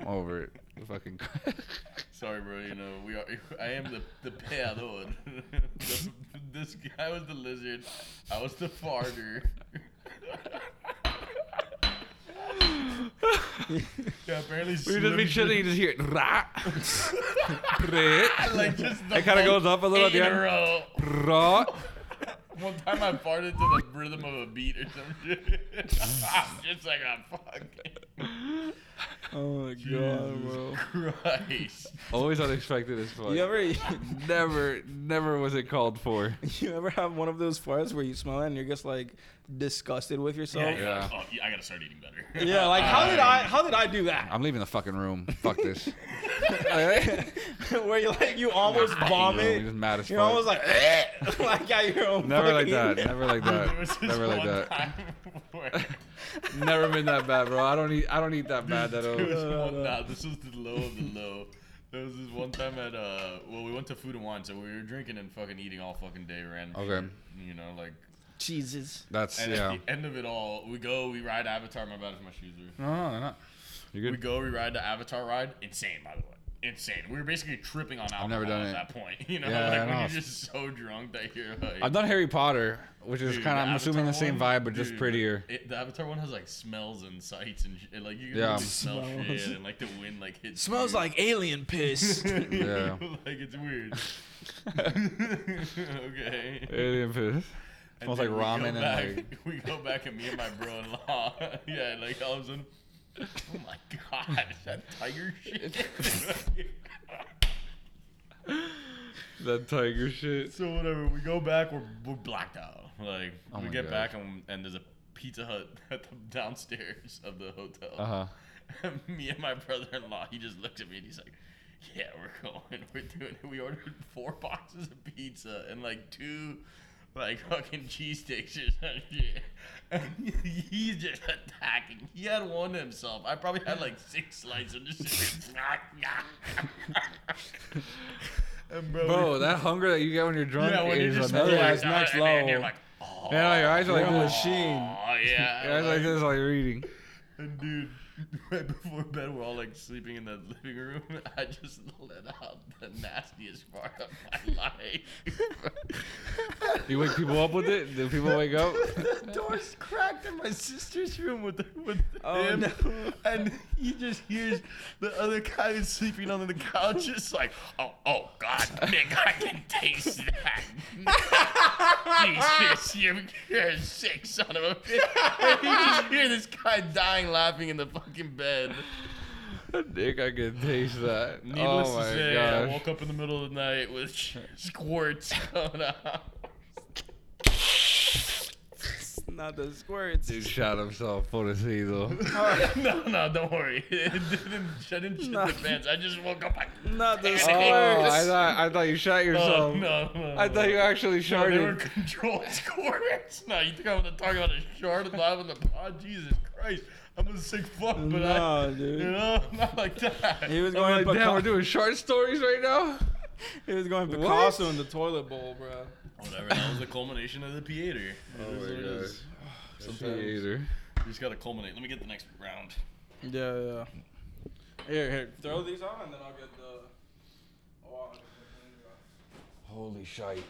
B: I'm over it. Fucking. [LAUGHS]
D: Sorry, bro. You know we are. [LAUGHS] I am the the peador. [LAUGHS] The- this guy was the lizard. I was the farter. [LAUGHS] yeah, apparently.
B: We just be
D: Slim
B: chilling. You just hear it. Rah. [LAUGHS] Prit.
D: [LAUGHS] like just the
B: [LAUGHS] It kind of
D: whole
B: goes up a little at
D: eight
B: the
D: in a
B: end.
D: row.
B: Rah.
D: One time I farted [LAUGHS] Ah, to the rhythm of a beat or some shit. just like a fuck.
C: Oh my god, bro.
D: Christ.
B: Always unexpected as fuck.
C: You ever [LAUGHS]
B: Never, never was it called for.
C: you ever have one of those farts where you smell it and you're just like disgusted with yourself?
D: Yeah,
C: Yeah,
D: yeah.
B: Yeah. Uh,
D: Oh, yeah, I gotta start eating better. Uh,
C: like how did I how did I do that? [LAUGHS]
B: I'm leaving the fucking room. Fuck this. [LAUGHS]
C: where you like you almost
B: He's
C: vomit.
B: mad as
C: You're
B: fuck.
C: almost like eh, [LAUGHS] like at your own
B: never like
C: fucking-
B: that.
C: [LAUGHS]
B: Never
D: [LAUGHS]
B: like
D: There was
B: that.
D: this
B: Never like
D: one
B: that.
D: time [LAUGHS] where-
B: Never been that bad, bro. I don't eat. I don't eat that bad at
D: There
C: [LAUGHS]
D: was
B: all.
D: one- nah, this was the low of the low. There was this one time at uh, well, we went to Food and Wine, so we were drinking and fucking eating all fucking day, random.
B: Okay.
D: shit, you know, like.
C: Jesus.
B: [LAUGHS] That's
D: And
B: yeah.
D: at the end of it all, we go, we ride Avatar. My bad if my shoes are.
B: No, no, they're not. You're
D: We
B: good.
D: go, we ride the Avatar ride. Insane, by the way. Insane. We were basically tripping on alcohol
B: never done
D: at
B: it.
D: that point. [LAUGHS] You know,
B: Yeah,
D: like
B: I
D: when
B: know.
D: you're just so drunk that you're like.
B: I've done Harry Potter, which is
D: Dude,
B: kind of I'm assuming the
D: Avatar
B: same
D: one-
B: vibe, but just
D: dude,
B: prettier.
D: It, the Avatar one has like smells and sights and shit. Like you can
B: Yeah.
D: really smell
C: Smells.
D: shit and like the wind like hits.
C: Smells
D: [LAUGHS] you.
C: like alien [LAUGHS] piss.
B: Yeah.
D: like
C: [LAUGHS]
D: it's
B: [LAUGHS]
D: weird. [LAUGHS] okay.
B: Alien
D: And
B: piss. Smells
D: then
B: like
D: we go
B: ramen and
D: back-
B: like
D: [LAUGHS] we go back and me and my bro-in-law. [LAUGHS] yeah, like all of a sudden. Oh my god, is that
B: [LAUGHS]
D: tiger shit? [LAUGHS]
B: that tiger shit.
D: so whatever, we go back, we're, we're blacked out. Like
B: Oh
D: we
B: my
D: get
B: God.
D: back and, and there's a Pizza Hut [LAUGHS] at the downstairs of the hotel.
B: Uh huh.
D: [LAUGHS] me and my brother-in-law, he just looks at me and he's like, "Yeah, we're going. [LAUGHS] We're doing it." We ordered four [LAUGHS] boxes of pizza and like two, like fucking cheese sticks or some shit. And [LAUGHS] he's just attacking. He had one himself. I probably had like six slices. And just [LAUGHS] and bro,
B: Bro, that hunger that you get when you're drunk
D: yeah, when you
B: is
D: just
B: another.
D: like,
B: Yeah,
C: it's next
D: and then You're
C: level.
D: like, oh,
B: your eyes are like
C: You're a
B: this.
C: machine.
D: oh yeah.
B: Your eyes like this while you're eating.
D: And dude, [LAUGHS] right before bed, we're all like sleeping in the living room. [LAUGHS] I just let out the nastiest part of my [LAUGHS] life.
B: You wake people up with it. Do people
D: [LAUGHS]
B: wake
C: [LAUGHS]
B: up?
D: the door's cracked in my sister's room with with
C: Oh,
D: him,
C: no.
D: [LAUGHS] and he just hears the other guy who's sleeping on the couch, [LAUGHS] just like, oh, oh God, Nick, I can taste [LAUGHS] that. Jesus, you're, you're a sick son of a bitch. [LAUGHS] And you just hear this guy dying laughing in the fucking bed.
B: Dick, I can taste that.
D: Needless
B: oh my
D: to say, I
B: gosh.
D: woke up in the middle of the night with [LAUGHS] squirts coming out.
C: Not the squirts.
B: Dude shot himself for
D: [LAUGHS]
B: the season. Oh,
D: no, no, don't worry. [LAUGHS] It didn't, I didn't shit
C: No.
D: the pants. I just woke
B: [LAUGHS]
D: up like,
C: Not the
B: Oh,
C: [LAUGHS]
B: I
C: squirts.
B: thought I thought you
D: oh,
B: shot yourself.
D: no, no.
B: I thought you actually
D: no, they
B: sharted.
D: were [LAUGHS] controlled squirts. No, you think I'm going to talk about a shard alive in the pod? Jesus Christ. I'm a sick fuck, but I,
C: No,
D: you
C: dude.
D: know, [LAUGHS] not like that.
C: He was
B: I'm
C: going
B: like, damn, we're
C: Pica-
B: doing short stories right now.
C: he was going Picasso in the toilet bowl, bro.
D: Whatever, that was the culmination of the theater. Oh
B: my gosh.
D: Sometimes you just got to culminate. Let me get the next round.
C: Yeah, yeah. Here, here. Throw these on, and then I'll get the. Oh,
B: Holy shite.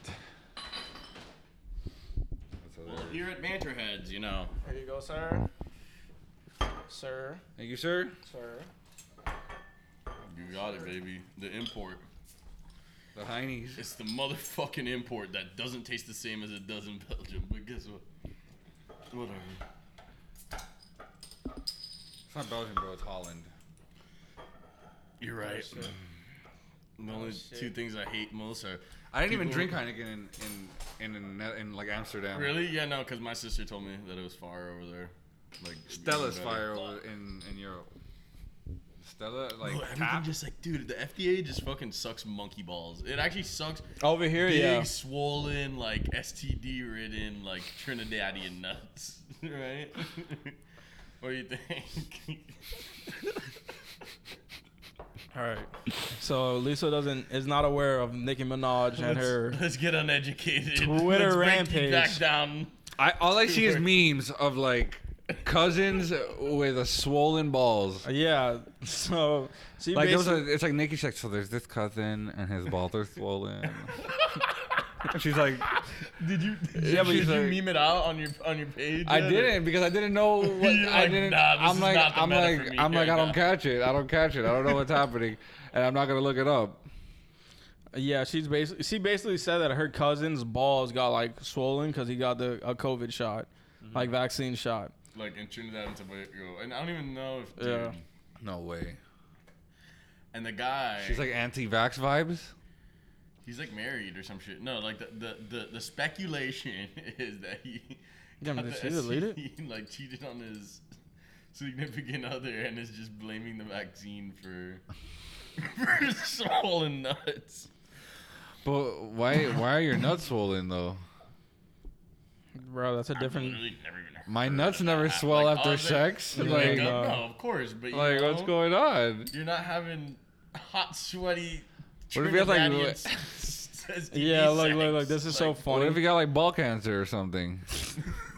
D: Well, here at Banter Heads, you know.
C: here you go, sir. Sir,
B: Thank you, sir.
C: sir.
D: You got it, baby. The import.
B: The Heinies.
D: It's the motherfucking import that doesn't taste the same as it does in Belgium. But guess what? Whatever.
B: It's not Belgium, bro. It's Holland.
D: You're
B: Oh,
D: right. The only
C: shit.
D: two things I hate most are
B: I didn't even
D: People-
B: drink Heineken in in in, in, in, like Amsterdam.
D: really yeah no because my sister told me that it was fire over there. Like
B: Stella's
D: better.
B: fire over in in Europe. Stella like
D: Bro, Oh, everything
B: tap.
D: just like dude, the FDA just fucking sucks monkey balls. It actually sucks
C: Over here,
D: big,
C: yeah.
D: swollen, like STD ridden, like Trinidadian nuts, [LAUGHS] right? what do you think? [LAUGHS]
C: All right. So Lisa doesn't is not aware of Nicki Minaj and her.
D: Let's get uneducated.
C: Twitter
D: Let's break
C: rampage.
D: you Back down.
B: I all I see is memes of like cousins with a swollen balls.
C: Yeah. [LAUGHS] So she
B: Like those
C: basically-
B: are, it's like Nikki sex. So there's this cousin and his balls are swollen. She's like,
C: [LAUGHS]
D: Did you? Did,
B: Yeah, but
D: you,
B: he's
D: did you
B: like-
D: meme it out on your on your page?
B: I
D: yet, or-
B: didn't because I
D: [LAUGHS]
B: didn't know what
D: You're
B: I
D: like,
B: didn't.
D: "Nah, this
B: I'm
D: is
B: like,
D: not the
B: I'm
D: meta
B: like,
D: for me
B: I'm like,
D: right
B: I
D: now."
B: don't catch it. I don't catch it. I don't know what's happening, and I'm not gonna look it up.
C: yeah, she's basically she basically said that her cousin's balls got like swollen because he got the a COVID shot, like vaccine shot.
D: Like in Trinidad and Tobago, and I don't even know if. Dude,
C: Yeah.
B: No way.
D: And the guy,
B: She's like anti-vax vibes.
D: he's like married or some shit. No, like the the the, the speculation [LAUGHS] is that he
C: Damn,
D: got
C: did
D: the [LAUGHS]
C: she delete it?
D: STD, like cheated on his significant other and is just blaming the vaccine for [LAUGHS] for swollen nuts.
B: But why? Why are your nuts swollen though?
C: Bro, that's a different.
D: Literally never even heard
B: My
D: of
B: nuts
D: that.
B: never swell
D: Like,
B: after
D: other-
B: sex.
D: Like,
B: Like,
D: no,
C: uh,
D: no, of course, but [LAUGHS] you
B: like
D: know,
B: what's going on?
D: You're not having hot, sweaty.
B: What if he has, like,
D: Trinidadian
B: li-
D: [LAUGHS] s- s-
C: [LAUGHS] Yeah,
D: STD
C: look, look, look.
D: sex?
C: This is so
D: Like,
B: What
C: funny.
B: if you got like ball cancer or something?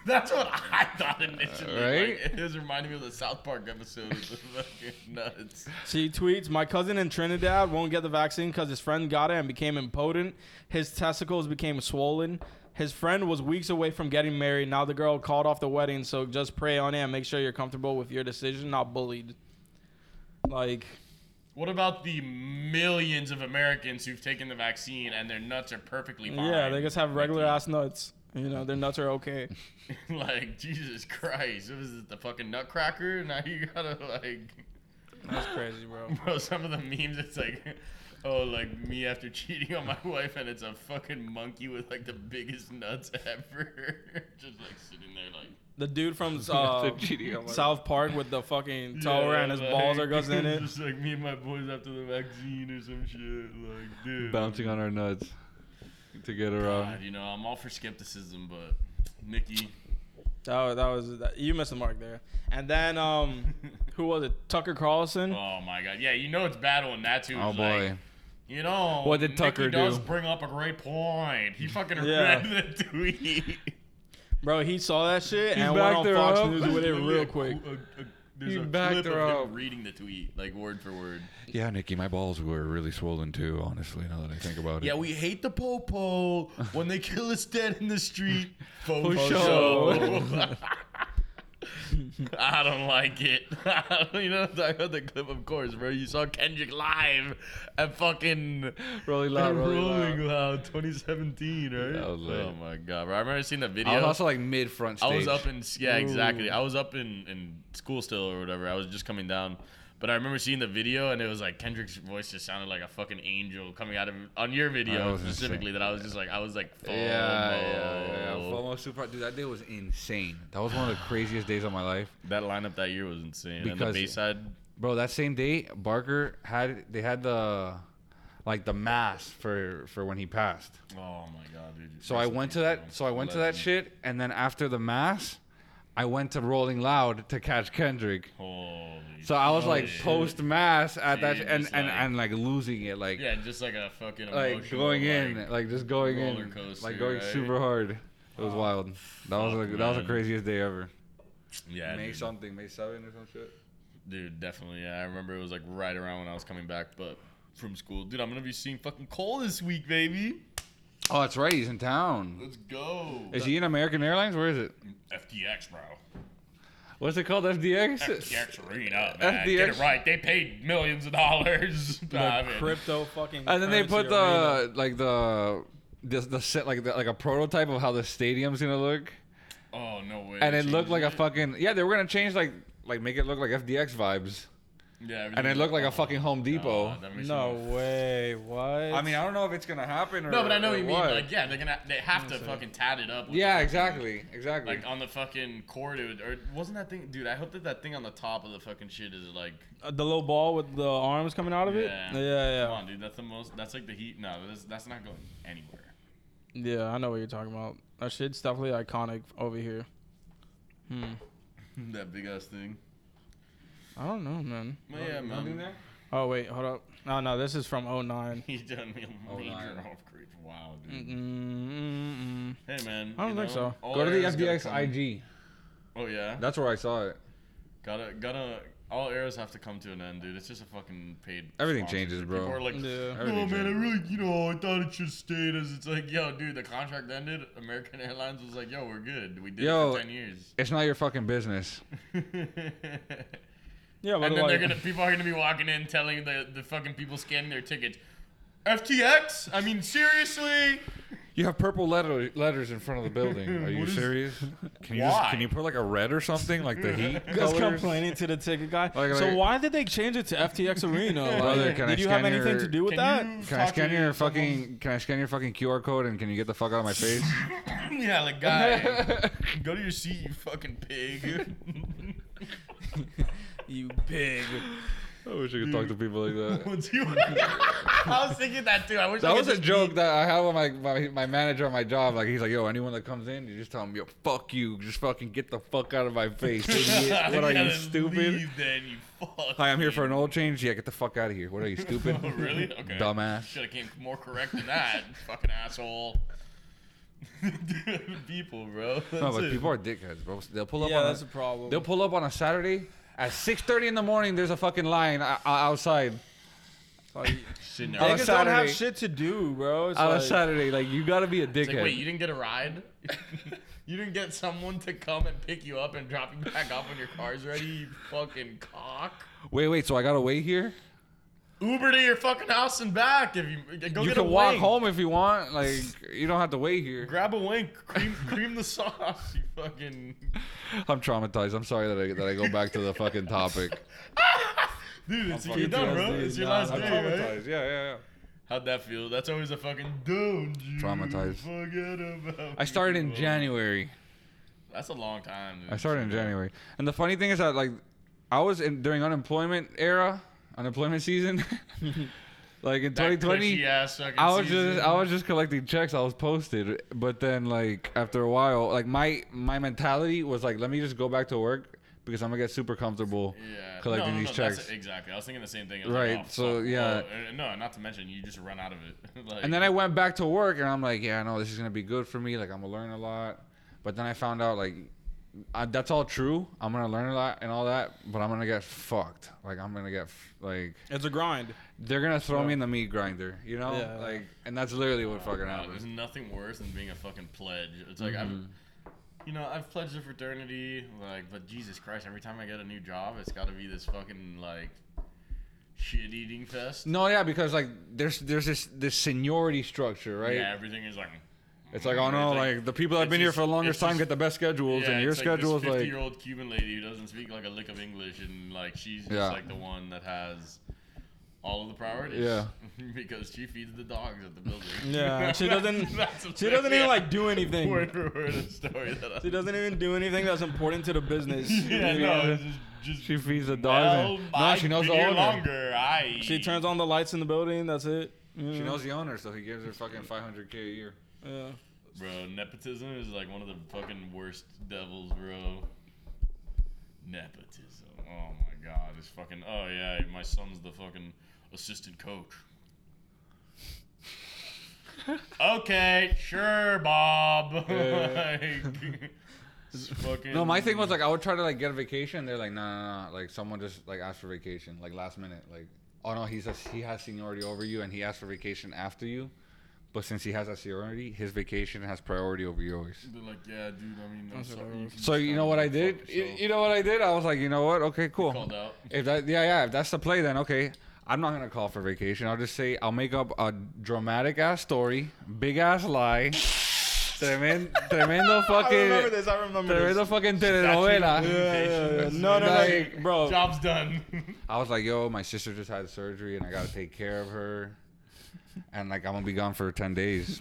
D: That's what I thought initially.
B: right?
D: Like, it was reminding me of the South Park episode of the [LAUGHS] fucking nuts.
C: She tweets, My cousin in Trinidad won't get the vaccine because his friend got it and became impotent. His testicles became swollen. His friend was weeks away from getting married. Now the girl called off the wedding, so just pray on it and make sure you're comfortable with your decision, not bullied. Like,
D: What about the millions of Americans who've taken the vaccine and their nuts are perfectly fine?
C: yeah, they just have regular ass nuts. You know, their nuts are okay.
D: [LAUGHS] like Jesus Christ, what is it? The fucking Nutcracker? Now you gotta like,
C: That's crazy, bro.
D: [LAUGHS] bro. Some of the memes, it's like. [LAUGHS] Oh, like me after cheating on my wife, and it's a fucking monkey with like the biggest nuts [LAUGHS] ever, just like sitting there, like
C: The dude
B: [LAUGHS]
C: from uh, South Park with the fucking tower and his
D: like,
C: balls
B: [LAUGHS]
C: are goes in it.
D: [LAUGHS] Just like me and my boys after the vaccine or some shit. Like, dude.
B: Bouncing on our nuts to get
D: God,
B: around.
D: you know, I'm all for skepticism, but Nikki,
C: That was, that was that, you missed the mark there. And then
B: [LAUGHS]
C: um, who was it? Tucker Carlson.
D: oh my God, yeah, you know it's bad when that's who's
B: Oh boy.
D: like, you know,
B: What did
D: Nikki
B: Tucker
D: does
B: do?
D: bring up a great point. He fucking
C: Yeah.
D: read the tweet. [LAUGHS]
C: Bro, he saw that shit and
B: back
C: went on
B: there
C: Fox
B: up.
C: News with
B: [LAUGHS]
C: it
D: Literally
C: real
D: a qu-
C: quick.
D: a- a- there's
B: He
D: a
B: backed
D: clip
B: her
D: of
B: up.
D: him reading the tweet, like word for word.
B: Yeah, Nikki, my balls were really swollen too. Honestly, now that I think about it.
D: Yeah, we hate the popo
B: [LAUGHS]
D: when they kill us dead in the street. Popo
C: show.
D: [LAUGHS] I don't like it. [LAUGHS] you know, I heard the clip, of course, bro. You saw Kendrick live at fucking
B: really loud, really
D: Rolling
B: loud.
D: Loud 2017, right?
B: That was lit.
D: oh my god, bro! I remember seeing the video.
B: I was also like mid front stage.
D: I was up in yeah, exactly. I was up in in school still or whatever. I was just coming down. But I remember seeing the video and it was like Kendrick's voice just sounded like a fucking angel coming out of on your
B: That
D: video
B: was
D: specifically
B: insane.
D: that I was just like I was like
B: Yeah, yeah, yeah.
D: FOMO.
B: FOMO super. Dude, that day was insane. That was one of the craziest days of my life.
D: That lineup that year was insane. and
B: Because-
D: the Bayside
B: Bro, that same day, Barker had they had the like the mask for for when he passed.
D: Oh my god, dude.
B: So I went to that. So I went to that shit, and then after the mass, I went to Rolling Loud to catch Kendrick.
D: Holy
B: So I was like
D: shit.
B: post mass at that,
D: So
B: sh-
D: you're
B: and,
D: just
B: and
D: like-
B: and like losing it, like
D: Yeah, just like a fucking
B: like
D: emotional,
B: going
D: like-
B: in, like just going
D: roller
B: in,
D: coaster,
B: like going
D: right?
B: super hard. It was wild. That was
D: fuck,
B: like, that was the
D: man.
B: craziest day ever.
D: yeah,
B: May
D: dude.
B: something, May seven or some shit.
D: Dude, definitely. Yeah, I remember it was like right around when I was coming back, but from school. Dude, I'm gonna be seeing fucking Cole this week, baby.
B: Oh, that's right. He's in town.
D: Let's go.
B: Is he in American Airlines? Where is it?
D: FTX,
B: [LAUGHS]
D: bro.
B: What's it called? FDX.
D: FTX arena, man. Get
B: FTX.
D: it right. They paid millions of dollars. [LAUGHS] [LAUGHS] Nah, I
C: Like
D: mean,
C: crypto fucking.
B: And then they
C: currency
B: put
C: arena.
B: the like the the, the set like the, like a prototype of how the stadium's gonna look,
D: oh no way.
B: and
D: they
B: it looked
D: changed
B: like a fucking yeah. They were gonna change like like make it look like FDX vibes,
D: Yeah,
B: and it
D: everything-
B: looked like
D: oh,
B: a fucking Home Depot.
D: God, that makes
C: No
D: me-
C: way. What?
B: I mean, I don't know if it's gonna happen or
D: No, but I know
B: or
D: what you mean.
B: what.
D: Like, yeah, they're gonna they have to fucking tat it up. with
B: yeah,
D: the-
B: exactly, exactly.
D: Like on the fucking cord, it would, or wasn't that thing, dude? I hope that that thing on the top of the fucking shit is like
C: Uh, the little ball with the arms coming out of it.
D: Yeah. Come
C: Yeah,
D: on, dude. That's the most. That's like the heat. No, that's, that's not going anywhere.
C: yeah, yeah. I know what you're talking about. That shit's definitely iconic over here. Hmm.
D: that big ass thing.
C: I don't know, man.
D: But yeah, man.
C: Oh wait, hold up. No, no, this is from 09.
D: [LAUGHS] He's done me a
B: Hold
D: major
B: on.
D: upgrade. Wow,
C: Mm-hmm.
D: dude.
C: Mm-mm-mm-mm.
D: Hey, man.
C: I don't
D: you
C: think
D: know,
C: so.
D: all
B: Go to the
D: era's gotta
B: FDX
D: come-
B: IG.
D: Oh yeah.
B: That's where I saw it.
D: Gotta gotta. All eras have to come to an end, dude. It's just a fucking paid.
B: Everything
D: sponsorship.
B: changes, bro.
D: People are like,
C: Yeah.
D: no,
B: Everything
D: man. I
B: changes.
D: really, you know, I thought it should stay as it's like, yo, dude. The contract ended. American [LAUGHS] Airlines was like, yo, we're good. We did it
B: Yo.
D: for ten years. [LAUGHS]
B: It's not your fucking business.
C: Yeah, but
D: And then
C: like,
D: they're
C: [LAUGHS]
D: gonna people are gonna be walking in telling the, the fucking people scanning their tickets, FTX. I mean seriously, [CLEARS THROAT]
B: You have purple letter, letters in front of the
D: [LAUGHS]
B: building. Are you serious? Can you
D: Why?
B: Just, can you put like a red or something like the heat
D: [LAUGHS]
C: Just
B: colors?
C: complaining to the ticket guy.
B: Like-
C: so
B: like-
C: why did they change it to [LAUGHS] FTX Arena? Like,
B: Brother, can I
C: did you have
B: scan your-
C: anything to do with that?
D: Can you
B: Can I
D: talk to
B: scan
D: me
B: your
D: or something?
B: fucking? Can I scan your fucking QR code and can you get the fuck out of
D: [LAUGHS]
B: my face?
D: Yeah, like
B: [LAUGHS]
D: guy. go to your seat, you fucking pig. [LAUGHS]
E: You pig.
B: I wish I could talk to people like
D: [LAUGHS]
B: that.
D: Once you- I was thinking that too. I wish I
B: That
D: could
B: was a
D: just
B: joke
D: be-
B: that I have with my, my my manager on my job. Like he's like, "Yo, anyone that comes in, you just tell them, yo, fuck you, just fucking get the fuck out of
D: [LAUGHS]
B: my face." idiot. what are
D: gotta
B: you stupid?
D: leave Then you fuck.
B: Hi, I'm here for an old change. Yeah, get the fuck out of here. What are you stupid?
D: [LAUGHS] Oh, [LAUGHS] really? Okay.
B: Dumbass.
D: Should have came more correct than that. [LAUGHS] fucking asshole. [LAUGHS] Dude, people, bro.
B: No,
D: That's
B: but
D: it.
B: people are dickheads, bro. They'll pull up.
C: Yeah,
B: on
C: that's
B: a,
C: a problem.
B: They'll pull up on a Saturday at 6:30 in the morning. There's a fucking line o- o- outside
D: Sitting there.
B: I
C: Niggas
B: was-
C: don't have
B: Saturday.
C: shit to do, bro. It's
B: on a
C: like-
B: Saturday. Like you gotta be a dickhead.
D: It's like, wait, you didn't get a ride? [LAUGHS] you didn't get someone to come and pick you up and drop you back off when your car's ready, you fucking cock?
B: wait, wait. So I gotta wait here.
D: Uber to your fucking house and back. If you go
B: you
D: get
B: can
D: a
B: walk
D: wing.
B: home if you want. Like you don't have to wait here.
D: Grab a wing, cream, cream the [LAUGHS] sauce. You fucking.
B: I'm traumatized. I'm sorry that I that I go back to the fucking topic.
D: Dude, it's you're done, bro.
C: PTSD,
D: [LAUGHS] It's your
C: nah,
D: last
C: I'm
D: day, right?
B: Yeah, yeah, yeah.
D: How'd that feel? That's always a fucking don't you
B: Traumatized.
D: Forget about.
B: I started in
D: me."
B: January.
D: That's a long time. Dude.
B: I started in January, and the funny thing is that like, I was in during unemployment era, unemployment season. [LAUGHS] like in
D: That
B: 2020,
D: cushy-ass fucking
B: I was
D: season.
B: just I was just collecting checks. I was posted, but then like after a while, like my my mentality was like, let me just go back to work because I'm gonna get super comfortable
D: Yeah.
B: collecting
D: No, no,
B: these
D: no, that's
B: checks.
D: it, exactly. I was thinking the same thing. I was
B: Right,
D: Like, oh,
B: so,
D: fuck.
B: yeah.
D: Oh, uh, no, not to mention you just run out of it. [LAUGHS] like,
B: And then I went back to work, and I'm like, yeah, I know this is gonna be good for me. Like I'm gonna learn a lot. But then I found out like, I, that's all true. I'm gonna learn a lot and all that, but I'm gonna get fucked. Like I'm gonna get f- like
C: It's a grind.
B: they're gonna throw me in the meat grinder, you know?
C: Yeah.
B: Like, and that's literally what fucking
D: No,
B: happens.
D: uh, There's nothing worse than being a fucking pledge. It's like
B: Mm-hmm.
D: I've, you know, I've pledged a fraternity, like, but Jesus Christ, every time I get a new job, it's got to be this fucking like shit eating fest.
B: No, yeah, because like there's there's this this seniority structure, right?
D: Yeah, everything is like. mm-hmm.
B: It's like, oh no,
D: It's
B: like,
D: like-
B: the people that've
D: it's
B: been here
D: just-
B: for the longest
D: it's
B: time
D: just-
B: get the best schedules,
D: Yeah,
B: and your
D: it's like
B: schedule's
D: this
B: like,
D: fifty-year-old Cuban lady who doesn't speak like a lick of English, and like she's just
B: Yeah.
D: like the one that has all of the priorities.
B: Yeah.
D: [LAUGHS] because she feeds the dogs at the building.
C: Yeah, [LAUGHS] she doesn't.
D: [LAUGHS] That's
C: she doesn't even
D: yeah. [LAUGHS]
C: like do anything.
D: word for word a story that I.
C: She doesn't even do anything that's important to the business.
D: [LAUGHS] Yeah,
C: You know?
D: no, it's just, just
B: she feeds the
D: Well,
B: dogs. and-
D: I
B: no, she knows
D: be
B: the
D: here
B: owner.
D: longer. I.
C: She turns on the lights in the building. That's it.
B: She knows the owner, so he gives her fucking 500k a year.
C: Yeah.
D: Bro, nepotism is like one of the fucking worst devils, bro. Nepotism. Oh my god, it's fucking. Oh yeah, my son's the fucking assistant coach. okay, sure, Bob. [LAUGHS] like, it's fucking.
B: No, my thing was like I would try to like get a vacation. They're like, no, no, no. Like someone just like asked for vacation, like last minute. Like, oh no, he's a, he has seniority over you, and he asked for vacation after you. But since he has that seniority, his vacation has priority over yours.
D: They're like, yeah, dude. I mean, I'm sorry. you can
B: So you
D: just
B: know what
D: go
B: I
D: fuck
B: did? You,
D: yourself.
B: you know what I did? I was like, you know what? Okay, cool.
D: Called out.
B: If that, yeah, yeah. If that's the play, then okay. I'm not gonna call for vacation. I'll just say I'll make up a dramatic ass story, big ass lie, tremendo,
C: [LAUGHS]
B: tremendo
C: I remember
B: fucking,
C: this. I remember this.
B: tremendo fucking telenovela.
C: Yeah, yeah, yeah. No, no, no,
B: Like,
C: bro.
D: Job's done. [LAUGHS]
B: I was like, yo, my sister just had surgery and I gotta take care of her. And like I'm gonna be gone for ten days.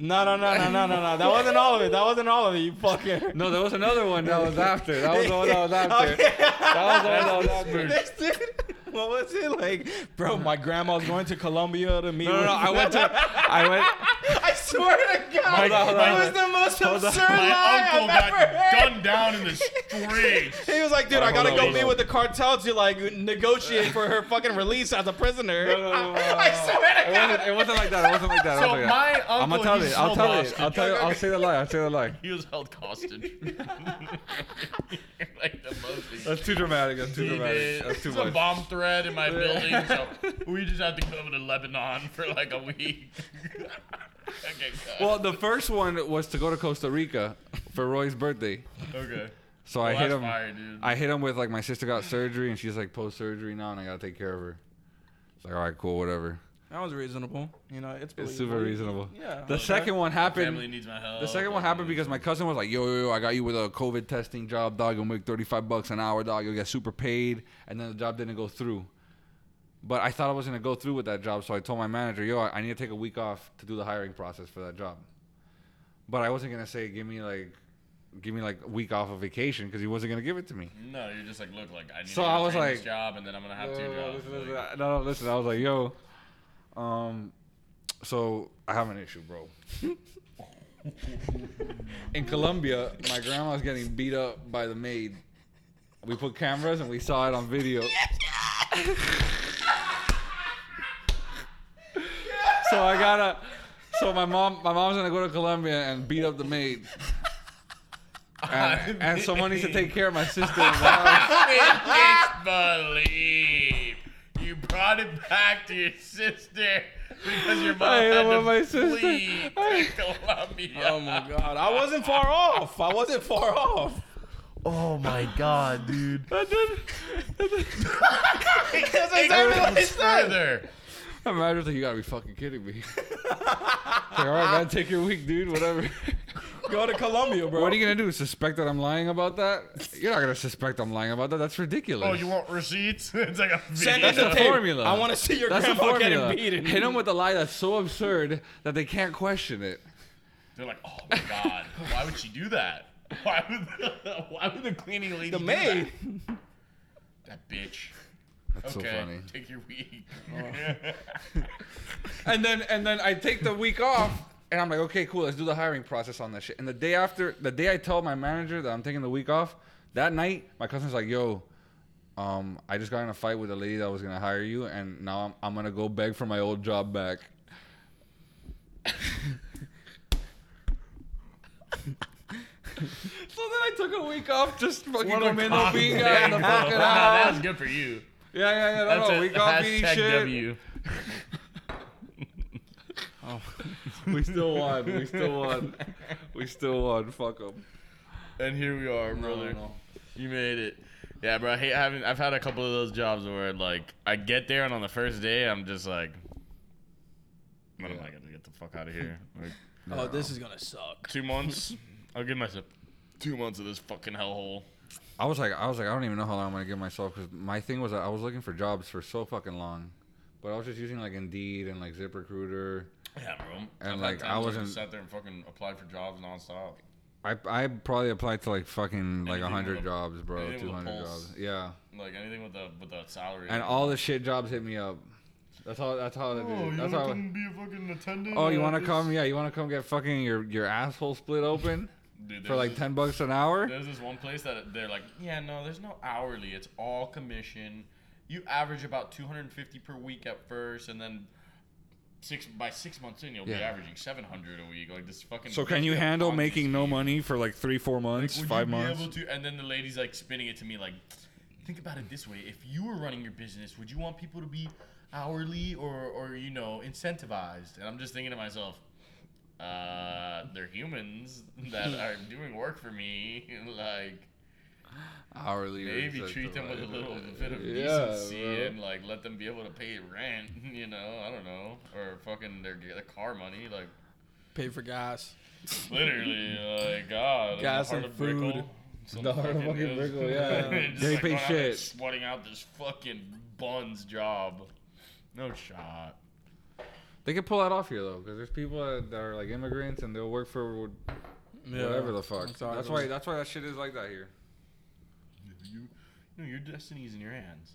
C: No, no, no, no, no, no, no. That wasn't all of it. That wasn't all of it. You fucker.
B: No, there was another one that was after. That was the one that
C: [LAUGHS]
B: was after. That was the one that was after.
C: This dude, what was it like, bro? My grandma's going to Colombia to meet.
B: No, no, no. I went to I went
C: [LAUGHS] I swear to God,
D: Hold on, hold on.
C: it was the most absurd
D: My
B: [LAUGHS]
C: lie
D: uncle
C: I've ever
D: got
C: heard.
D: gunned down in the streets.
C: He was like, dude, I
B: Hold
C: gotta
B: on,
C: go
B: hold
C: meet
B: on.
C: with the cartels to like negotiate for her fucking release as a prisoner.
B: I swear it wasn't, it wasn't like that. It wasn't like that.
D: So my uncle,
B: I'm gonna tell
D: he's
B: it. I'll
D: held
B: tell it.
D: hostage.
B: I'll tell you. I'll say the lie. I'll say the lie.
D: He was held
B: [LAUGHS]
D: hostage. like the most.
B: That's too dramatic. That's too
D: He
B: dramatic.
D: did.
B: That's too
D: It's a
B: much.
D: bomb threat in my building, so
B: [LAUGHS]
D: we just had to go to Lebanon for like a week. [LAUGHS] okay, cut.
B: Well, the first one was to go to Costa Rica for Roy's birthday.
D: okay.
B: So
D: Well,
B: I hit
D: Oh, that's fire,
B: him.
D: dude.
B: I hit him with like my sister got surgery and she's like post surgery now and I gotta take care of her. It's like all right, cool, whatever.
C: That was reasonable. You know, it's,
B: It's
C: believable.
B: super reasonable.
C: Yeah.
B: The second one
D: Family
B: happened.
D: needs my help.
B: The second one happened because my cousin was like, "Yo, yo, yo, I got you with a COVID testing job, dog. You'll make thirty-five bucks an hour, dog. You'll get super paid." And then the job didn't go through. But I thought I was gonna go through with that job, so I told my manager, "Yo, I I need to take a week off to do the hiring process for that job." But I wasn't gonna say, "Give me like, give me like a week off of vacation," because he wasn't gonna give it to me.
D: No, you're just like, look, like I need
B: So
D: to
B: I
D: I
B: was
D: this
B: like-
D: job, and then I'm gonna have
B: No,
D: two
B: no, no,
D: jobs.
B: listen, listen,
D: like,
B: I- no, no, listen. I was like, yo, um, so I have an issue, bro. [LAUGHS] In Colombia, my grandma was getting beat up by the maid. We put cameras and we saw it on video. [LAUGHS] so I gotta. So my mom, my mom's gonna go to Colombia and beat up the maid. And, and someone needs to take care of my sister. in the house.
D: I believe you brought it back to your sister because your mom
B: I hate
D: had
B: one
D: to
B: of my sister.
D: flee to Colombia.
C: Oh my god, I wasn't far off. I wasn't far off.
F: Oh my god, dude.
C: That's exactly what I
D: It
C: said.
D: further.
B: Imagine like, you gotta be fucking kidding me. [LAUGHS] Like, all right, man, take your week, dude. Whatever.
C: Go to Colombia, [LAUGHS] bro.
B: What are you gonna do? Suspect that I'm lying about that? You're not gonna suspect I'm lying about that. That's ridiculous.
D: Oh, you want receipts? [LAUGHS] It's like a
C: Send
D: video.
C: us the
B: a
C: tape.
B: formula.
C: I want to see your
B: that's the
C: grandma
B: formula.
C: getting beaten.
B: Hit them with a lie that's so absurd that they can't question it.
D: They're like, oh my god, why would she do that? Why would the, [LAUGHS] why would the cleaning lady
C: the
D: do
C: maid.
D: That? that bitch.
B: That's
D: okay,
B: so funny.
D: take your week.
C: Oh.
D: [LAUGHS]
B: And then and then I take the week off and I'm like, okay, cool, let's do the hiring process on that shit. And the day after the day I tell my manager that I'm taking the week off, that night my cousin's like, yo, um, I just got in a fight with the lady that was gonna hire you and now I'm I'm gonna go beg for my old job back. [LAUGHS] so then I took a week off just fucking
D: What a
B: comiendo
D: cock
B: pinga in the
D: block. Nah,
B: fucking house.
D: that's good for you.
B: Yeah, yeah, yeah. No,
D: That's
B: no,
D: a
B: week off eating
D: hashtag
B: shit.
D: W.
B: We still won. We [LAUGHS] still won. We still won. Fuck them.
D: And here we are, brother. You made it. Yeah, bro. I hate having. I've had a couple of those jobs where like I get there and on the first day I'm just like, what am I gonna get the fuck out of here? Like
C: Oh, this is gonna suck.
D: two [LAUGHS] months. I'll give myself two months of this fucking hellhole.
B: I was like, I was like, I don't even know how long I'm gonna give myself because my thing was that I was looking for jobs for so fucking long, but I was just using like Indeed and like ZipRecruiter.
D: Yeah, bro.
B: And,
D: I've
B: like,
D: had
B: I
D: times where
B: wasn't-
D: just sat there and fucking applied for jobs nonstop.
B: I I probably applied to like fucking like
D: Anything with
B: hundred
D: a-
B: jobs, bro,
D: anything
B: two
D: with a
B: hundred
D: pulse.
B: jobs. Yeah,
D: Like anything with the with the salary.
B: and all the shit jobs hit me up. That's how. That's how.
D: Oh,
B: that is. that's how.
D: be a fucking attendant?
B: Oh, you want to come? Yeah, you want to come get fucking your your asshole split
D: [LAUGHS]
B: open for like ten bucks an hour?
D: There's this one place that they're like, yeah, no, there's no hourly. It's all commission. You average about 250 per week at first, and then six by six months in, you'll
B: Yeah.
D: be averaging 700 a week. Like this fucking.
B: So
D: bitch
B: can you
D: got
B: handle
D: pockets.
B: making no money for like three, four months,
D: Would you
B: five
D: be
B: months?
D: able to- And then the lady's like spinning it to me, like, think about it this way: if you were running your business, would you want people to be hourly or, or you know, incentivized? And I'm just thinking to myself. Uh, they're humans [LAUGHS] that are doing work for me. [LAUGHS] Like,
B: Hourly. or
D: maybe
B: something
D: treat them
B: like
D: with a
B: that.
D: little bit of
B: Yeah,
D: decency
B: bro.
D: and like let them be able to pay rent, [LAUGHS] you know, I don't know, or fucking their, their car money, like
C: Pay for gas.
B: [LAUGHS]
D: literally, like God,
C: Gas
D: the heart
C: and
D: of Brickell,
C: food.
D: some
B: The heart of fucking
D: is- [LAUGHS]
B: Brickell, yeah.
D: just,
B: They pay
D: going out there
B: shit.
D: sweating out this fucking buns job, no shot.
B: They can pull that off here though, because there's people that, that are like immigrants and they'll work for whatever the fuck.
C: Exactly.
B: That's why. That's why that shit is like that here.
D: You, no, your destiny's in your hands.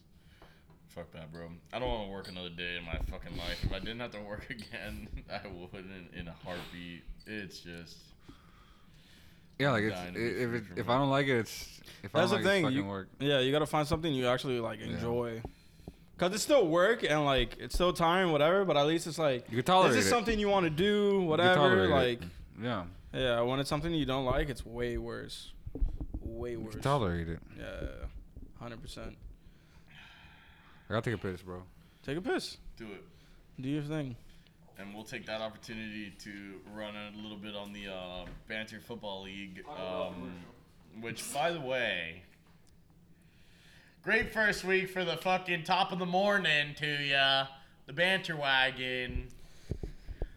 D: Fuck that, bro. I don't want to work another day in my fucking life. If I didn't have to work [LAUGHS] again, I wouldn't in a heartbeat. It's just.
B: Yeah, like it's,
D: Dying to
B: i
D: be
B: if
D: free
B: it,
D: from
B: if
D: it.
B: I don't like it, it's if
C: That's
B: I
C: the
B: don't like it,
C: thing.
B: it's
C: You,
B: fucking work.
C: Yeah, you gotta find something you actually like enjoy. Cause it's still work and like it's still time, whatever. But at least it's like
B: You can tolerate
C: this is
B: it.
C: something you want to do, whatever.
B: tolerate it.
C: Like
B: Yeah, you
C: yeah, when it's something you don't like, it's way worse. Way worse.
B: can tolerate it.
C: Yeah, hundred percent.
B: I gotta take a piss, bro.
C: Take a piss.
D: Do it.
C: Do your thing.
D: And we'll take that opportunity to run a little bit on the uh, Banter Football League, um, which, by the way, great first week for the fucking top of the morning to ya. the banter wagon.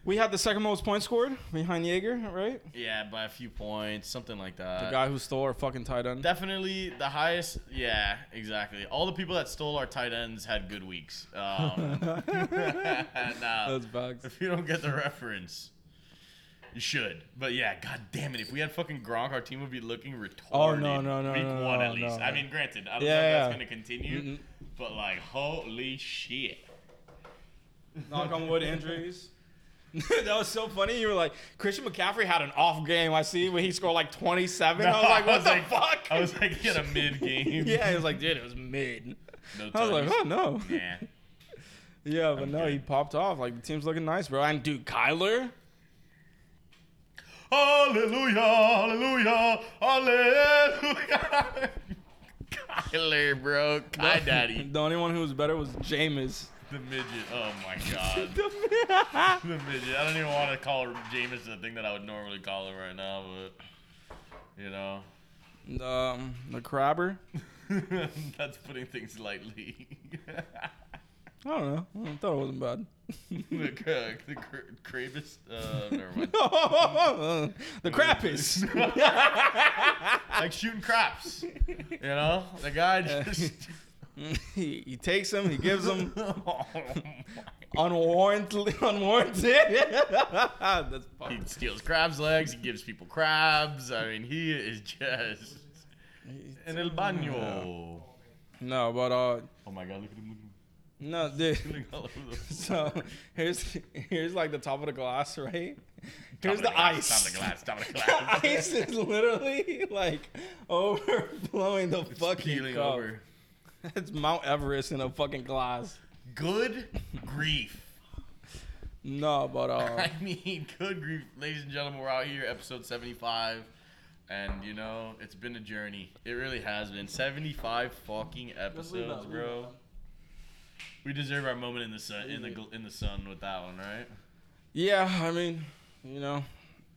C: We had the second most points scored behind Jaeger, right?
D: Yeah, by a few points, something like that.
C: The guy who stole our fucking tight end.
D: Definitely the highest. Yeah, exactly. All the people that stole our tight ends had good weeks. Um, [LAUGHS]
C: [LAUGHS]
D: nah,
C: That's bugs.
D: [LAUGHS] if you don't get the reference, you should. But yeah, god damn it. If we had fucking Gronk, our team would be looking retarded.
C: Oh, no, no, no,
D: Week
C: no,
D: one,
C: no,
D: at least.
C: no.
D: I mean, granted, I don't
C: Yeah,
D: know if that's
C: yeah.
D: going to continue,
C: Mm-mm.
D: but like,
C: [LAUGHS]
D: holy shit.
C: Knock on wood injuries. [LAUGHS] that was so funny. You were like, Christian McCaffrey had an off game. I see when he scored like 27. I was
D: [LAUGHS]
C: like, [LAUGHS] what the fuck?
D: I was like, he
C: [LAUGHS]
D: had a mid game.
C: yeah, he was like, dude, it was mid.
D: No
C: I was like,
D: touchdowns.
C: oh no.
D: Yeah.
C: Yeah, but no,
D: good.
C: he popped off. Like the team's looking nice, bro. And dude, Kyler.
D: Hallelujah, hallelujah, hallelujah. [LAUGHS] Kyler, bro.
C: [LAUGHS]
D: Kai Daddy.
C: The only one who was better was Jameis.
D: The midget. Oh my god. the midget. I don't even want to call Jameis the thing that I would normally call him right now, but you know. [LAUGHS]
C: Um, the crabber.
D: That's putting things lightly. [LAUGHS]
C: I don't know. I thought it wasn't bad. [LAUGHS]
D: the uh, the cra- Kravis. Uh, never
C: [LAUGHS]
D: mind.
C: the crappus.
D: [LAUGHS] Like shooting craps. You know, the guy just.
C: [LAUGHS]
D: [LAUGHS]
C: he, he takes him. He gives him [LAUGHS]
D: oh my
C: unwarranted. [LAUGHS] Unwarranted. [LAUGHS] That's
D: He
C: fucking.
D: steals crabs' legs. He gives people crabs. I mean, he is just an el baño.
C: No, but uh,
D: Oh my god, look at him!
C: no, dude. [LAUGHS]
D: Look at him! All over the
C: So here's here's like the top of the glass, right? Here's the, ice. [LAUGHS]
D: Stop the glass! Stop the glass!
C: The ice is literally like overflowing the fucking
D: Peeling
C: cup.
D: over.
C: It's Mount Everest in a fucking glass. [LAUGHS]
D: Good grief!
C: No, but
D: [LAUGHS]
C: uh,
D: I mean, good grief, ladies and gentlemen. We're out here, episode seventy-five, and you know it's been a journey. It really has been seventy-five fucking episodes, bro. We deserve our moment in the sun, in the gl- in the sun with that one, right?
C: yeah, I mean, you know,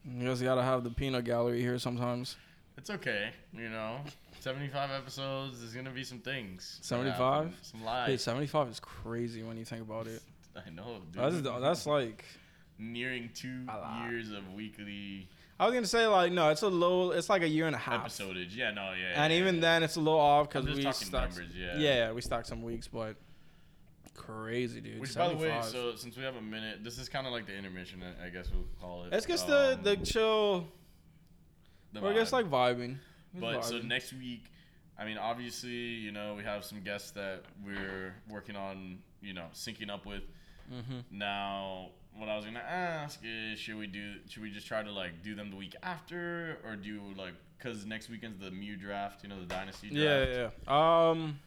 C: you guys gotta have the peanut gallery here sometimes.
D: It's okay, you know. 75 episodes, there's gonna be some things. that
C: 75?
D: happen, Some
C: Dude,
D: lies.
C: 75 is crazy when you think about it.
D: I know, dude.
C: That's that's like
D: nearing two
C: A lot.
D: years of weekly
C: I was gonna say like no, it's a low. It's like a year and a half.
D: episodage. Yeah, no, yeah.
C: And
D: yeah,
C: even
D: yeah.
C: then, it's a little off because
D: I'm just
C: we
D: talking
C: stacked.
D: numbers,
C: yeah.
D: yeah.
C: we stacked some weeks, but crazy, dude.
D: Which, by the
C: 75.
D: way, so since we have a minute, this is kind of like the intermission, I- I guess we'll call it.
C: it's just
D: Um,
C: the the chill.
D: the
C: We're just
D: vibe.
C: like vibing. Just
D: But so
C: vibing.
D: next week, I mean, obviously, you know, we have some guests that we're working on, you know, syncing up with.
C: Mm-hmm.
D: Now, what I was gonna ask is, should we do? Should we just try to like do them the week after, or do like because next weekend's the Mew draft, you know, the Dynasty draft.
C: yeah, yeah, yeah. Um,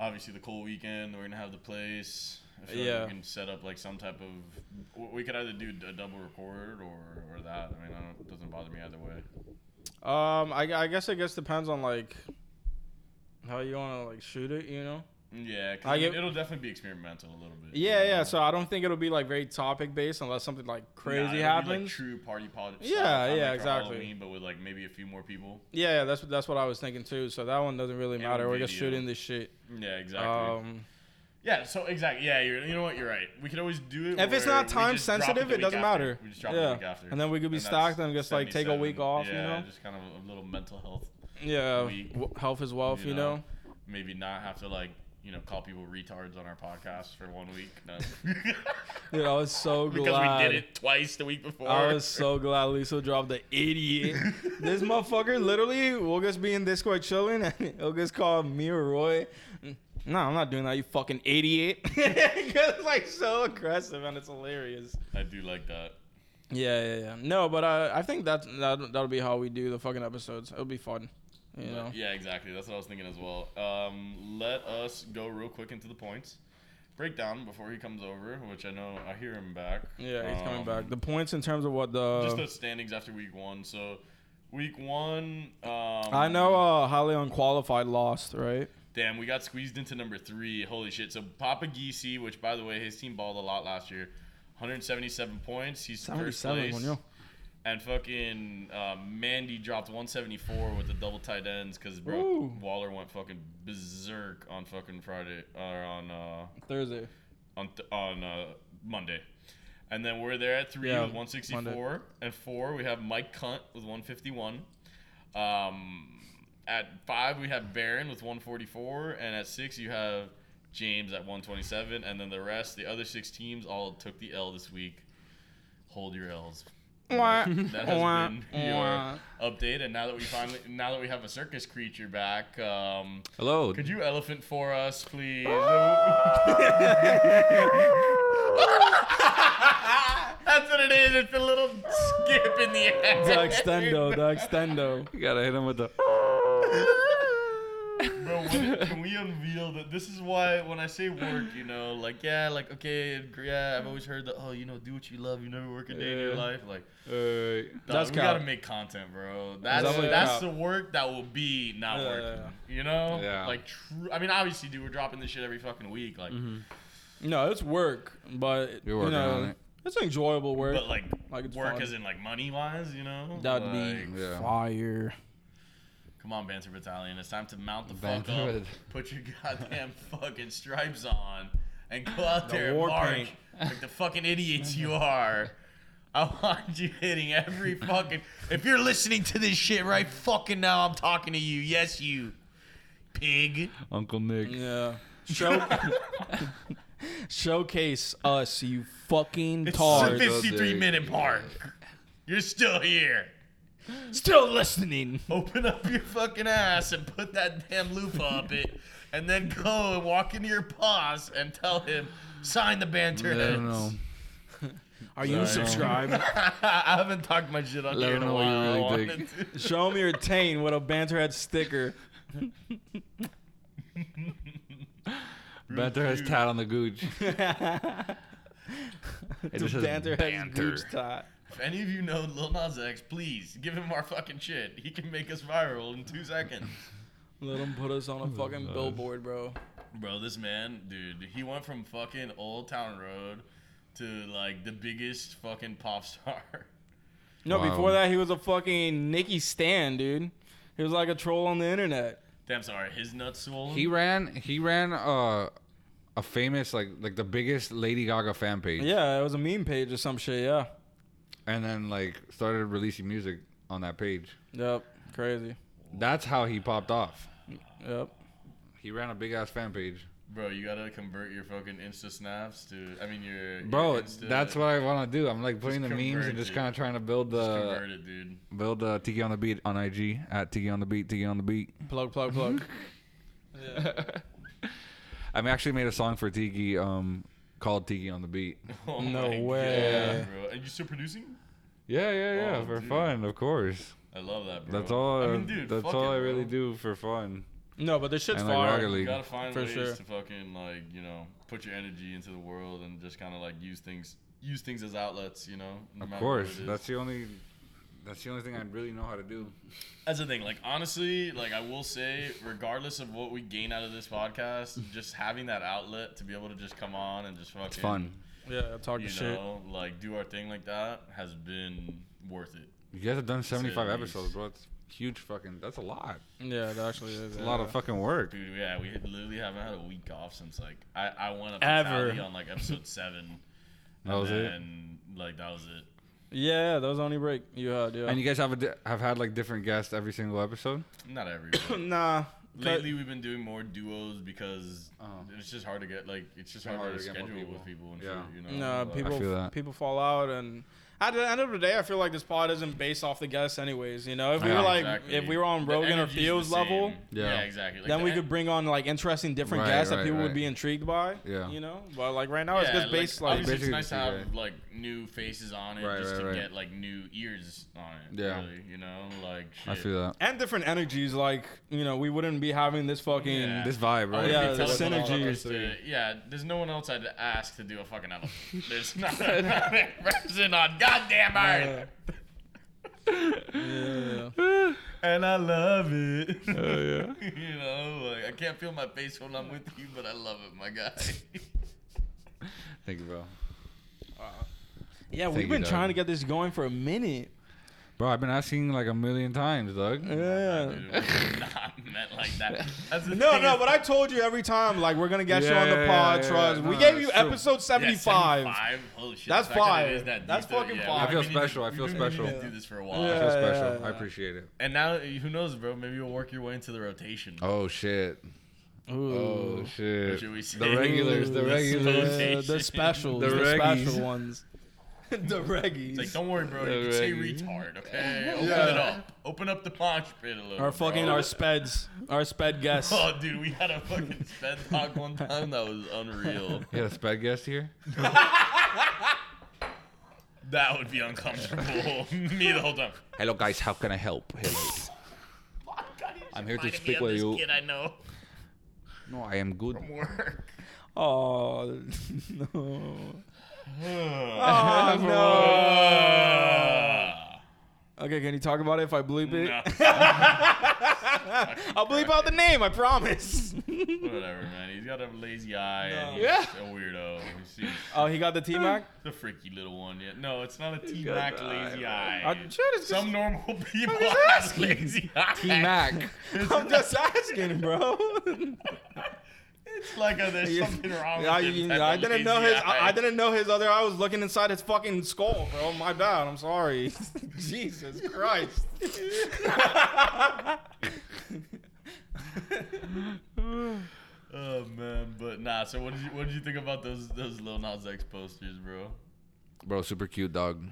D: Obviously, the cold weekend. We're gonna have the place. I feel yeah.
C: Yeah.
D: we can set up like some type of. w- We could either do a double record or or that. I mean, I don't, it doesn't bother me either way.
C: um, I, I guess I guess depends on like how you wanna like shoot it, you know.
D: Yeah, 'cause,
C: I
D: I mean,
C: get-
D: it'll definitely be experimental a little bit. you
C: Yeah,
D: know?
C: yeah. So I don't think it'll be like very topic based unless something like
D: Nah,
C: crazy
D: it'll be,
C: happens.
D: Like true party pod.
C: Yeah,
D: style, kinda
C: yeah,
D: our
C: exactly.
D: Halloween, but with like maybe a few more people.
C: yeah, yeah. That's that's what I was thinking too. So that one doesn't really
D: And a
C: matter. We're just
D: video.
C: shooting this shit.
D: Yeah, exactly.
C: Um,
D: yeah, so exactly. Yeah, you're, you know what? You're right. We could always do it.
C: If it's
D: where
C: not
D: we
C: time
D: just drop
C: sensitive,
D: the
C: it
D: week
C: doesn't
D: after.
C: matter.
D: We just drop
C: Yeah.
D: it the week after,
C: And then we could be
D: that's
C: stacked and just, like, take a
D: 77.
C: week off, you
D: Yeah,
C: know?
D: just kind of a little mental health.
C: yeah,
D: Week.
C: w- health is wealth, you,
D: You
C: know?
D: know? Maybe not have to like you know call people retards on our podcast for one week.
C: [LAUGHS]
D: No. [LAUGHS]
C: Dude, I was so glad.
D: because we did it twice the week before.
C: I was so glad Lisa dropped the idiot. this motherfucker literally will just be in Discord chilling and [LAUGHS] he'll just call me or Roy. No, I'm not doing that, you fucking idiot. [LAUGHS] Because like so aggressive and it's hilarious.
D: I do like that.
C: Yeah, yeah, yeah. No, but uh, I think that's, that, that'll be how we do the fucking episodes. It'll be fun. You
D: But
C: know?
D: Yeah, exactly. That's what I was thinking as well. Um, let us go real quick into the points. Breakdown before he comes over, which I know I hear him back.
C: Yeah, he's coming
D: Um,
C: back. The points in terms of what the.
D: Just the standings after week one. So, week one. Um,
C: I know uh highly unqualified lost, right?
D: Damn, we got squeezed into number three. Holy shit. So, Papa Giese, which by the way, his team balled a lot last year, 177 points. He's first place.
C: Munoz.
D: And fucking uh, Mandy dropped 174 with the double tight ends because bro
C: Ooh.
D: Waller went fucking berserk on fucking Friday or on uh,
C: Thursday.
D: on th- on uh, Monday, and then we're there at three
C: Yeah,
D: with 164, and four we have Mike Cunt with 151. Um, at five we have Barron with 144, and at six you have James at 127, and then the rest, the other six teams, all took the L this week. Hold your L's. [LAUGHS] That has
C: Wah,
D: been
C: wah.
D: your update, and now that we finally, now that we have a circus creature back, um,
B: Hello.
D: could you elephant for us, please? That's what it is. It's a little skip in the ass.
C: the extendo, the extendo.
B: You gotta hit him with the.
D: Bro, when- can we unveil that? This is why when I say work, you know, like yeah, like okay, yeah. I've always heard that. Oh, you know, do what you love. You never work a day in your
B: Yeah.
D: life. Like,
B: Uh,
D: dog,
C: Does count.
D: we gotta make content, bro. That's
C: Definitely
D: that's
C: count.
D: the work that will be not
C: Yeah,
D: working.
C: yeah, Mm-hmm.
D: You know,
B: Yeah.
D: like true. I mean, obviously, dude, we're dropping this shit every fucking week. Like,
C: No, it's work, but
B: You're working
C: you know,
B: on it.
C: It's enjoyable work.
D: but like,
C: Like, it's
D: work
C: fun.
D: as in like money wise, you know.
C: That'd
D: like,
C: be
B: Yeah.
C: fire.
D: Come on, Banter Battalion. It's time to mount the
B: [LAUGHS]
D: fuck
B: Banter
D: up.
B: Bat-
D: [LAUGHS] Put your goddamn fucking stripes on and go out
C: The
D: there and
C: war
D: march
C: paint.
D: like the fucking
C: [LAUGHS]
D: idiots you are. I want you hitting every fucking. If you're listening to this shit right fucking now, I'm talking to you. Yes, you pig.
B: Uncle Nick.
C: Yeah. Show- [LAUGHS] showcase us, you fucking
D: It's
C: tard.
D: a 53
B: Dick.
D: minute mark. You're still here.
C: Still listening.
D: Open up your fucking ass and put that damn loop up it, and then go and walk into your boss and tell him sign the banter.
B: I don't
D: heads."
B: know.
C: Are you subscribed?
D: [LAUGHS] I haven't talked my shit on
B: Let
D: here
B: him
D: in a
B: know what you
D: while. I
B: really
D: wanted to.
C: Show me your taint with a banterhead sticker.
B: Banter has tat on
D: [LAUGHS]
B: the gooch.
C: the
B: just says
C: banterhead
B: banter.
C: gooch tot.
D: If any of you know Lil Nas X, please give him our fucking shit. He can make us viral in two seconds.
C: Let him put us on a
B: Uh,
C: fucking billboard, bro.
D: Bro, this man, dude, he went from fucking Old Town Road to like the biggest fucking pop star. [LAUGHS]
C: No,
B: Wow.
C: before that, he was a fucking Nicky Stan, dude. He was like a troll on the internet.
D: Damn, sorry, his nuts swollen.
B: He ran. He ran uh, a famous like like the biggest Lady Gaga fan page.
C: Yeah, it was a meme page or some shit. Yeah.
B: And then like started releasing music on that page.
C: Yep. Crazy.
B: That's how he popped off.
C: Yep.
B: He ran a big ass fan page.
D: Bro, you gotta convert your fucking Insta snaps to. I mean, your.
B: Bro,
D: your Insta-
B: that's what I want to do. I'm like putting
D: Just
B: the memes
D: convert
B: and just
D: it.
B: kind of trying to build
D: Just
B: the
D: convert it, dude. [LAUGHS]
B: build uh, Tiki on the beat on IG at Tiki on the beat Tiki on the beat.
C: Plug, plug, plug.
B: I actually made a song for Tiki um called Tiki on the beat.
D: Oh
C: No
D: my
C: way.
D: God, bro. Are you still producing?
B: Yeah, yeah, yeah,
D: Oh,
B: for
D: dude.
B: fun, of course.
D: I love that, bro.
B: That's all.
D: I
B: I
D: mean, dude,
B: that's
D: fuck
B: all
D: it,
B: I really
D: bro.
B: do for fun.
C: no, but this shit's
B: And, like,
C: fire.
B: Rocket League.
D: You gotta find
C: For
D: ways
C: sure.
D: to fucking like you know put your energy into the world and just kind of like use things use things as outlets. You know, no matter
B: Of
D: what
B: course,
D: it is.
B: that's the only. That's the only thing I really know how to do.
D: that's the thing. Like honestly, like I will say, regardless of what we gain out of this podcast, just having that outlet to be able to just come on and just fucking
B: It's fun.
C: Yeah, talk
D: You
C: to shit.
D: know, like do our thing like that has been worth it.
B: You guys have done seventy-five
D: nice.
B: episodes, bro. It's huge, fucking. That's a lot.
C: Yeah, that actually is.
B: It's a lot of fucking work.
D: Dude, yeah, we literally haven't had a week off since like I I went up
C: Ever.
D: on like
B: [LAUGHS]
D: episode seven.
B: That was
D: and
B: it.
D: then, Like that was it.
C: Yeah, that was the only break you had. Yeah.
B: And you guys have a di- have had like different guests every single episode.
D: Not every.
B: [COUGHS]
C: [CLEARS THROAT]
D: week.
C: nah.
D: Lately, we've been doing more duos because
B: Oh.
D: it's just hard to get like it's just
B: Been
D: hard,
B: harder
D: to
B: to get more
D: schedule
B: people.
D: with people and
B: Yeah.
D: shit. You
C: No,
D: know, Like,
C: people
B: feel that.
C: people fall out and at the end of the day I feel like this pod isn't based off the guests anyways, you know. If we
B: Yeah.
C: were like
D: exactly.
C: if we were on
D: The
C: Rogan or
D: energy's the
C: Theo's
D: same.
C: level,
B: Yeah.
D: yeah, exactly. Like,
C: then
D: the
C: we
D: en-
C: could bring on like interesting different
B: Right,
C: guests that
B: right,
C: people would
B: right.
C: be intrigued by.
B: Yeah.
C: You know? But like right
B: Oh,
C: now it's just
D: like,
C: based like,
D: obviously
B: Basically
D: it's nice
B: just
D: to
B: do
D: have
B: that.
D: like new faces on it
B: Right,
D: just
B: right,
D: to
B: right.
D: get like new ears on it.
B: Yeah.
D: really, you know, like shit.
B: I feel that.
C: and different energies, like, you know, we wouldn't be having this fucking
D: Yeah.
B: This vibe, right?
C: yeah,
D: Oh, yeah,
C: the synergy
D: synergy.
C: is
D: yeah, there's no one else I'd ask to do a fucking
B: [LAUGHS]
D: album. There's not a person on goddamn earth.
C: Yeah.
D: And I love it. [LAUGHS]
B: Oh,
D: you know, like I can't feel my face when I'm with you, but I love it, my guy.
B: [LAUGHS]
D: [LAUGHS]
B: Thank you, bro.
C: Yeah,
B: Thank
C: we've
B: you,
C: been
B: Doug.
C: trying to get this going for a minute.
B: Bro, I've been asking like a million times, Doug.
C: Yeah.
D: Dude, it was not meant like that. That's the
C: No,
D: thing
C: no,
D: is-
C: but I told you every time, like we're gonna get you
B: Yeah,
C: on the
B: yeah,
C: pod,
B: yeah, yeah,
C: trust.
B: yeah.
C: we
B: No,
C: gave
B: that's
C: you
B: true.
C: episode
D: Yeah,
C: 75.
D: 75? Holy shit.
C: That's
D: the fact that it
C: fire.
D: is that
C: That's
D: deep, though,
C: fucking
D: yeah,
C: fire.
B: I feel
D: we need to-
B: special. I feel
D: we need to
B: special.
D: do this for a while.
B: I
C: Yeah.
B: feel special. I
C: yeah.
B: appreciate it.
D: And now, who knows, bro? Maybe you'll work your way into the rotation.
B: Oh shit. Oh shit.
D: Should we say?
B: The regulars. The
C: Ooh,
B: [LAUGHS] regulars.
C: Uh, the specials, the,
B: The
C: special
B: [LAUGHS] reggies.
C: ones, the reggies.
D: It's like, don't worry, bro. You can say
B: Alrighty.
D: retard, okay? Open
C: Yeah.
D: it up. Open up the mosh pit a little.
C: our fucking
D: bro.
C: our speds, our sped
B: [LAUGHS]
C: guests.
D: Oh, dude, we had a fucking sped talk one time that was
B: [LAUGHS]
D: unreal.
B: You had a sped guest here.
D: That would be uncomfortable. [LAUGHS] Me the whole time.
B: Hello guys, how can I help? Hello. I'm here to speak with you.
D: Kid I know
B: No, I am good.
D: from work.
C: Oh [LAUGHS] no!
D: Uh,
C: no!
D: Ah.
C: Okay, can you talk about it if I bleep it?
B: Uh.
D: no.
B: [LAUGHS]
C: I'll bleep out the name, I promise.
D: Whatever, man. He's got a lazy eye. And he's
C: Yeah.
D: a weirdo. He's-
C: [LAUGHS]
D: He's
C: [LAUGHS] oh, he got the T Mac.
D: the freaky little one. Yeah. No, it's not a T Mac lazy eye.
C: I'm sure it's
D: Some normal people
C: just
D: have
C: asking.
D: lazy eye.
B: T Mac.
C: just, I'm just asking, bro.
D: [LAUGHS] It's like a, there's something wrong
C: I,
D: with him.
C: I didn't know his. I, I didn't know his other. I was looking inside his fucking skull, bro. My bad. I'm sorry. [LAUGHS] Jesus
D: [LAUGHS]
C: Christ.
D: Oh man, but nah. So what did you what did you think about those those Lil Nas X posters, bro?
B: [LAUGHS] Bro, super cute dog.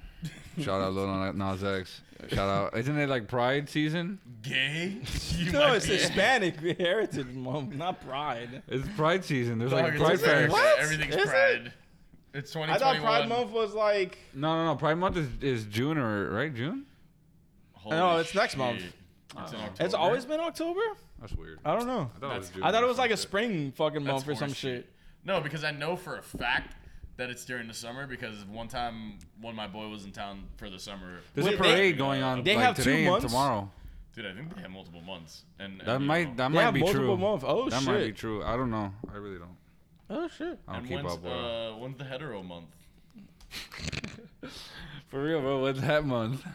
B: Shout out Lil Nas
C: [LAUGHS]
B: X. Shout out. Isn't it like Pride season?
D: Gay? [LAUGHS] You
C: No,
D: might
C: it's
D: be- [LAUGHS]
C: Hispanic heritage, mom, not pride.
B: It's Pride season. There's
D: Dog,
B: like
D: it's
B: Pride
D: Pride.
B: fairs.
C: What?
D: Everything's
C: Is it?
D: pride. It's
C: I
D: 2021.
C: thought Pride Month was like.
B: No, no, no. Pride month is, is June or right June?
D: Holy
C: No, it's next
D: shit.
C: month.
D: It's in October.
C: It's always been October.
B: That's weird.
C: I don't know.
B: thought
D: That's-
B: June
C: Uh, I thought
B: or
C: it was like a
B: something.
C: spring fucking
D: That's
C: month or some
D: horseshit.
C: shit.
D: No, because I know for a fact that it's during the summer because one time when my boy was in town for the summer,
B: There's
C: Wait,
B: a
C: they-
B: parade going on
C: they
B: like
C: have two
B: today and
C: months?
B: tomorrow.
D: dude, I think they had multiple months. And, and
B: That
D: you
B: might
D: know,
B: that
C: They
B: might
C: have
B: be
C: multiple
B: true.
C: months. Oh
B: that
C: shit.
B: might be true. I don't know. I really don't.
C: Oh shit.
B: I don't
D: and
B: keep
D: when's,
B: up with it.
D: uh, when's the hetero month?
B: [LAUGHS] For real, bro. What's that month?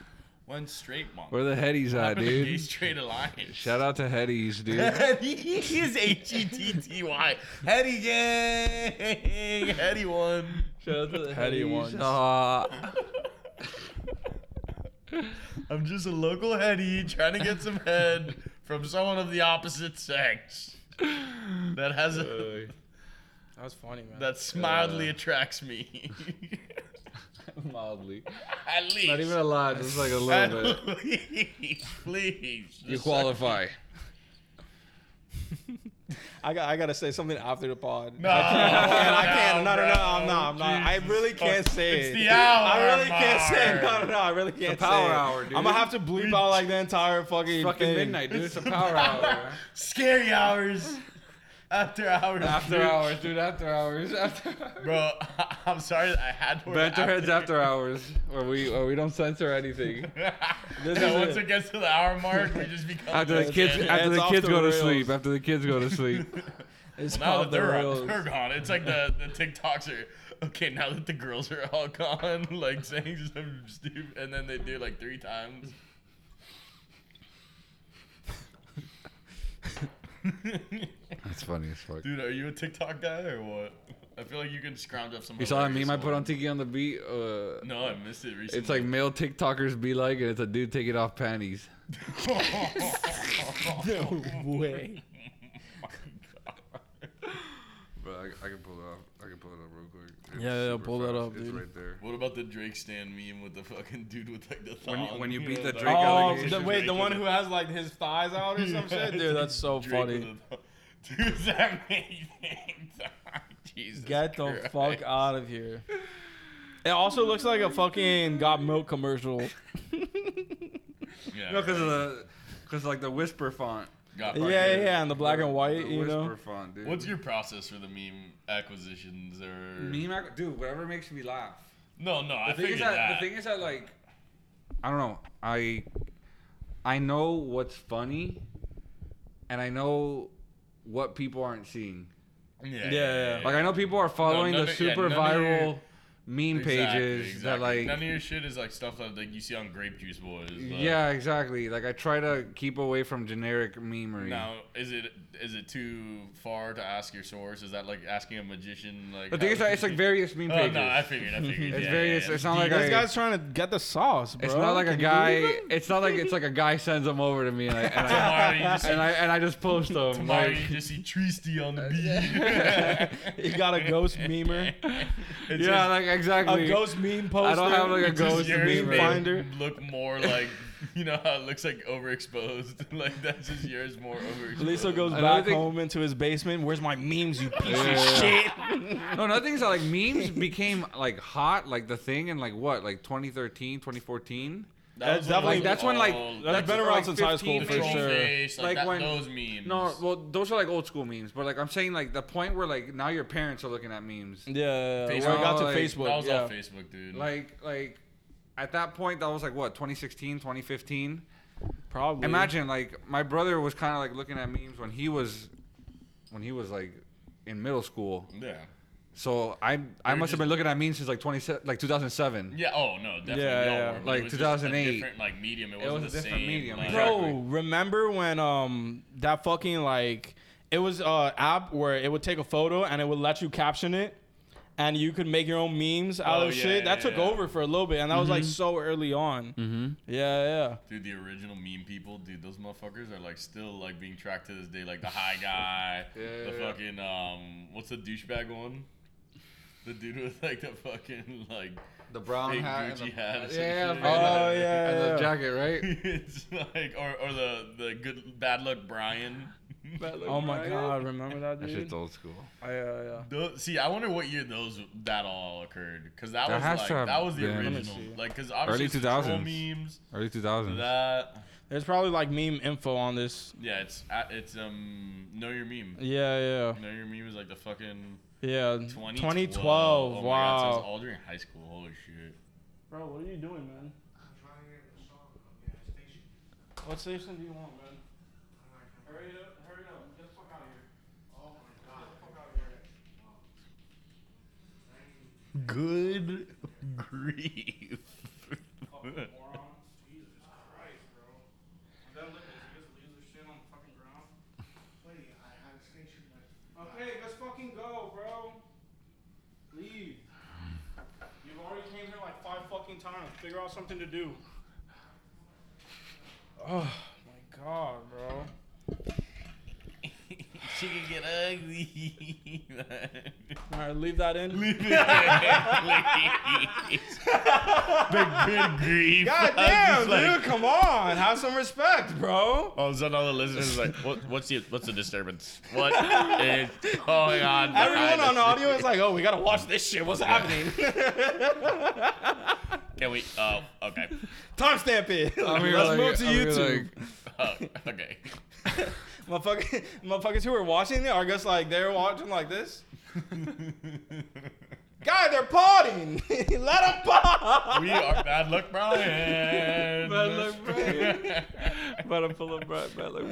D: When's straight month?
B: Where the headies at,
D: Happened to [LAUGHS] Gay
B: dude?
D: straight alliance. [LAUGHS]
B: Shout out to headies, [LAUGHS] dude.
D: He is H E T T Y. Hetty gang. Hetty one.
B: Shout out to the
C: Heady ones.
B: Uh,
D: [LAUGHS] I'm just a local Hetty trying to get some head from someone of the opposite sex that has a,
C: That was funny, man.
D: that mildly attracts me. [LAUGHS]
B: mildly.
D: At least.
B: Not even a lot. Just like a little bit.
D: At least, please.
B: You qualify.
C: I got I gotta say something after the pod.
D: [LAUGHS]
C: And
D: No,
C: I can't. No, no, no,
D: bro.
C: I'm not. I'm not. I
D: Jesus
C: really can't
D: fuck.
C: say
D: It's
C: it.
D: the hour.
C: I really can't say it.
D: mark.
C: No, no, no. I really can't
B: power
C: say it.
B: hour, dude.
C: I'm gonna have to bleep out like the entire fucking
B: Fucking
C: thing.
B: midnight, dude. It's a [LAUGHS] power hour. man.
D: Scary hours. After hours.
B: After
D: dude.
B: hours, dude. After hours. After.
D: Bro, [LAUGHS] I'm sorry that I had to.
B: Bent our heads after hours, or we or we don't censor [LAUGHS] anything.
C: This
D: Yeah,
C: is it.
D: once it gets to the hour mark, we just become.
B: After the
D: just
B: kids,
D: dead.
B: after
C: It's
B: the
C: off
B: kids
C: the
B: go to
C: rails.
B: sleep. After the kids go to sleep. [LAUGHS]
C: It's
D: Now that
C: off the
D: they're,
C: rails.
D: they're gone, it's like the, the TikToks are okay. Now that the girls are all gone, [LAUGHS] like saying some stupid, and then they do like three times. [LAUGHS]
B: That's funny as fuck.
D: Dude, are you a TikTok guy or what? I feel like you can scrounge up some.
B: You saw that meme
D: hilarious
B: I put on
D: ones.
B: Tiki on the beat? Uh,
D: No, I missed it recently.
B: It's like male TikTokers be like, and it's a dude taking off panties.
C: No way.
B: Bro, I, I can pull it up. I can pull it up real quick. It's
C: Yeah, yeah,
B: super
C: pull that up, dude.
B: there.
D: [LAUGHS] What about the Drake stand meme with the fucking dude with like the
B: When
D: thong?
B: you- when you beat the
D: like-
B: Drake
C: Oh,
B: allegation.
C: the, wait, the one who has like his thighs out or some
B: [LAUGHS]
C: shit, dude. That's so
D: Drake
C: funny.
D: with a- Dude, [LAUGHS] is that amazing? [LAUGHS] Jesus
C: Get the
D: Christ.
C: fuck out of here. It also looks like a fucking got milk commercial.
D: Yeah,
B: No, because of the, because like the whisper font.
D: got
C: Yeah,
D: fucked.
C: yeah, yeah, and the black
B: The-
C: and white,
B: the
C: you know.
B: Whisper font, dude.
D: What's your process for the meme acquisitions or
B: meme? ac- Dude, whatever makes me laugh.
D: No, no, I
B: The thing
D: figured
B: is that,
D: that.
B: the thing is that like, I don't know. I, I know what's funny, and I know what people aren't seeing.
D: yeah, yeah,
C: Yeah,
D: yeah,
C: yeah.
B: Like I know people are following
D: none
B: the
D: of- yeah,
B: super
D: none of your-
B: viral meme pages that like
D: none of your shit is like stuff that like you see on Grape Juice Boys. but-
B: yeah, exactly. Like I try to keep away from generic memery.
D: Now, is it is it too far to ask your source? Is that like asking a magician? Like
B: The thing
D: how-
B: is, that it's like various
D: [LAUGHS]
B: meme
D: Oh
B: pages.
D: no, I figured. I figured.
B: It's
D: yeah,
B: various.
D: yeah, yeah.
B: It's not like
C: This
B: I,
C: guy's trying to get the sauce, bro.
B: It's not like a
C: Can you
B: guy.
C: believe it?
B: It's not like it's like a guy sends them over to me and I and I,
D: Tomorrow you just see,
B: and, I, and I just post them.
D: tomorrow
B: Like,
D: you just see Tristy on the beach. [LAUGHS]
C: [LAUGHS] You got a ghost memer,
D: It's
B: [LAUGHS] yeah,
D: just-
B: like exactly. [LAUGHS]
C: a ghost meme poster.
B: I don't have like a
C: It's just
B: ghost
C: your
D: yours
B: meme
D: made
B: finder.
C: finder.
D: it Look more like [LAUGHS] you know how it looks like overexposed. [LAUGHS] like that's just yours more overexposed.
C: Lisa goes
B: Another
C: back
B: thing-
C: home into his basement. Where's my memes, you piece
B: Yeah,
C: of
B: yeah,
C: shit?
B: yeah. No, another thing is that like
C: [LAUGHS]
B: memes became like hot, like the thing in like what, like 2013, 2014.
D: That
C: That's
D: was when,
C: definitely-
B: Like that's when like
D: all-
C: that's
B: that's
C: been
B: when,
C: around
B: like,
C: since high school
B: 15
D: the troll
C: for sure.
D: Face, like
B: Like,
D: that,
B: when-
D: those memes.
B: No, well, those are like old school memes, but like I'm saying, like the point where like now your parents are looking at memes.
C: Yeah,
D: Facebook.
C: where I got to
B: Like,
C: Facebook.
D: that was
C: yeah.
D: on Facebook, dude.
B: Like, like at that point, that was like what 2016, 2015.
C: Probably.
B: Imagine like my brother was kind of like looking at memes when he was, when he was like in middle school.
D: yeah,
B: So I I
D: You're
B: must have
D: just-
B: been looking at memes since like 20 like 2007.
D: yeah. Oh no, definitely.
C: Yeah,
D: y'all
C: yeah.
D: were, but
B: Like
D: it was just a
B: 2008.
D: different like medium. It wasn't
B: was
D: the
B: a different
D: same.
B: medium,
D: Like,
B: exactly.
C: Bro, remember when um that fucking like it was a app where it would take a photo and it would let you caption it and you could make your own memes out
D: Oh,
C: of
D: yeah,
C: shit. That
D: yeah,
C: took
D: yeah.
C: over for a little bit and that was
B: Mm-hmm.
C: like so early on. Mm-hmm. Yeah, yeah.
D: Dude, the original meme people, dude, those motherfuckers are like still like being tracked to this day. Like the high guy,
B: [LAUGHS] Yeah,
D: the
B: yeah, yeah.
D: fucking um, what's the douchebag one? The dude with like the fucking like [LAUGHS]
B: The brown
D: Big
B: hat,
D: Gucci
B: and the,
D: hat or
B: yeah,
D: some shit.
B: yeah,
C: Oh yeah.
B: and
C: yeah,
B: the
C: yeah.
B: jacket, right?
D: it's like or or the the good bad luck
B: [LAUGHS]
D: Brian.
C: Oh my god, remember that
B: That shit's
C: dude?
B: old school.
C: Yeah, yeah.
D: [LAUGHS] Tho- See, I wonder what year those that all occurred because that,
B: That has
D: was
B: to
D: like
B: have
D: that was the
B: been- Let me
D: original,
C: see.
D: like because obviously
B: Early
D: it's troll
B: 2000s.
D: memes
B: Early 2000s.
D: that
C: There's probably like meme info on this.
D: yeah it's uh, it's um know your meme
C: Yeah,
D: know your meme is like the fucking
C: yeah. Yeah.
D: 2012,
C: 2012.
D: Oh my God, so it's
C: wow.
D: all during high school holy shit
C: Bro, what are you doing, man? What station do you want, man? Hurry up, hurry up. Get the fuck out of here.
D: good [LAUGHS] grief
C: Oh, Okay, let's fucking go, bro. Leave. You've already came here like five fucking times. Figure out something to do. Oh my god, bro.
D: she can get [LAUGHS] ugly
C: Alright, leave that in.
D: Leave it there, please. the good grief [LAUGHS]
C: God
D: I
C: damn,
D: was just like-
C: dude, come on. Have some respect, bro.
D: All of a sudden, all the listeners are like, what, "What's the what's the disturbance? What is? Oh my god!"
C: Everyone
D: behind
C: on
D: us.
C: audio is like, oh, we gotta watch this shit. What's happening?
D: [LAUGHS] Can we? Oh, okay. [LAUGHS]
C: Timestamp it.
B: I'm here
C: Let's
B: like-
C: move to
B: I'm here
C: YouTube.
B: like-
D: Oh, okay.
C: Motherfucker, [LAUGHS] motherfuckers who were watching it are just like they're watching like [LAUGHS] this. Guy, they're partying. [LAUGHS] Let them pop.
D: We are bad luck, Brian.
C: But I'm full of bread. But look,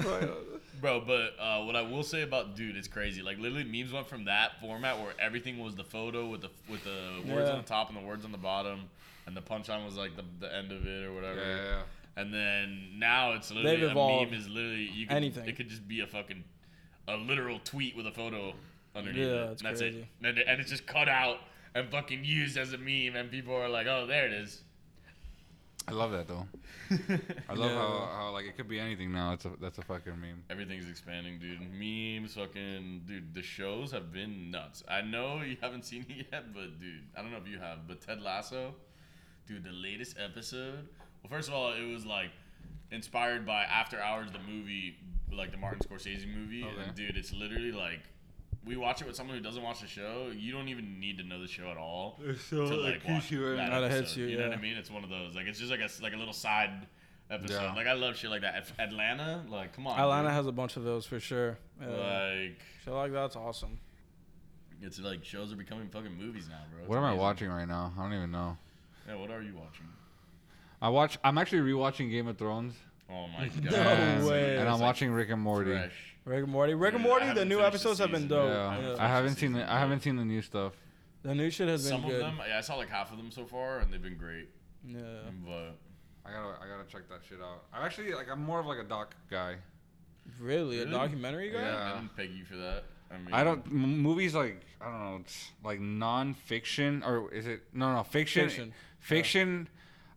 C: [LAUGHS]
D: Bro, but uh, what I will say about dude, it's crazy. Like literally, memes went from that format where everything was the photo with the with the words
C: Yeah.
D: on the top and the words on the bottom, and the punchline was like the, the end of it or
B: yeah,
D: whatever.
B: yeah, yeah.
D: And then now it's literally
C: They've
D: a
C: evolved.
D: meme is literally you can,
C: Anything.
D: It could just be a fucking a literal tweet with a photo underneath
C: Yeah,
D: it.
C: it's
D: and that's
C: crazy.
D: it. And, and it's just cut out and fucking used as a meme, and people are like, "Oh, there it is."
B: I love that [LAUGHS] though. I love how, how like it could be anything now. That's a that's a fucking meme.
D: Everything's expanding, dude. Memes, fucking, dude. The shows have been nuts. I know you haven't seen it yet, but dude, I don't know if you have, but Ted Lasso, dude, the latest episode. Well, first of all, it was like inspired by After Hours, the movie, like the Martin Scorsese movie,
C: Oh,
B: Okay.
D: and dude, it's literally like. We watch it with someone who doesn't watch the show. You don't even need to know the show at all
B: so
D: to like watch that
C: Kinda
D: episode.
C: hits you,
D: you know
C: yeah.
D: what I mean? It's one of those. Like it's just like a s- like a little side episode.
B: Yeah.
D: Like I love shit like that. If Atlanta, like come on.
C: Atlanta
D: dude.
C: has a bunch of those for sure. Yeah.
D: Like
C: Shit like that's awesome.
D: it's like shows are becoming fucking movies now, bro. It's
B: What am I
D: amazing.
B: watching right now? I don't even know.
D: Yeah, what are you watching?
B: I watch. I'm actually rewatching Game of Thrones.
D: Oh
C: [LAUGHS]
D: my god.
B: and,
C: way.
B: And I'm
D: It's, like,
B: watching Rick and Morty.
D: fresh.
C: Rick and Morty. Rick and
D: Dude, I
C: Morty. The
D: haven't
C: new
D: finished the
C: episodes have been
D: season.
C: dope.
B: Yeah.
C: Yeah.
B: I haven't seen the I haven't seen the new stuff.
C: The new shit has
D: Some
C: been
D: of
C: good.
D: them, yeah, I saw like half of them so far, and they've been great.
C: Yeah.
D: But
B: I gotta I gotta check that shit out. I'm actually like I'm more of like a doc guy.
C: Really? A
D: Really?
C: documentary guy?
B: Yeah.
D: I didn't peg you for that. I mean,
B: I don't m- movies like I don't know it's like non-fiction or is it no no fiction
C: Fiction.
B: fiction.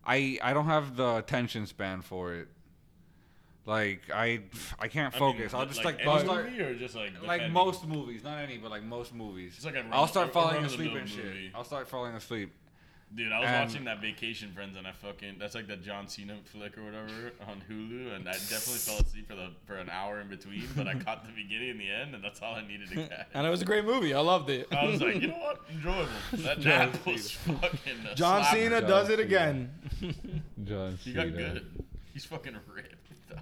B: I I don't have the attention span for it. Like I I can't
D: I mean,
B: focus. I'll
D: li-
B: just like,
D: any
B: I'll start,
D: movie or just like
B: like
D: depending?
B: most movies, not any, but like most movies.
D: It's like a run-
B: I'll start
D: a- a
B: falling
D: run-of-the-mill
B: asleep and shit.
D: movie.
B: I'll start falling asleep.
D: Dude, I was
B: And-
D: watching that Vacation Friends, and I fucking that's like the John Cena flick or whatever on Hulu, and I definitely fell asleep for the for an hour in between, but I caught the beginning and the end, and that's all I needed to
B: [LAUGHS]
D: catch.
C: And it was a great movie. I loved it.
D: I was like, you know what,
C: [LAUGHS]
D: enjoyable. That nap was fucking. a
C: John
D: slapper.
C: Cena
B: John
C: does it
B: Cena.
C: again.
B: John
D: He got good. He's fucking ripped. dog.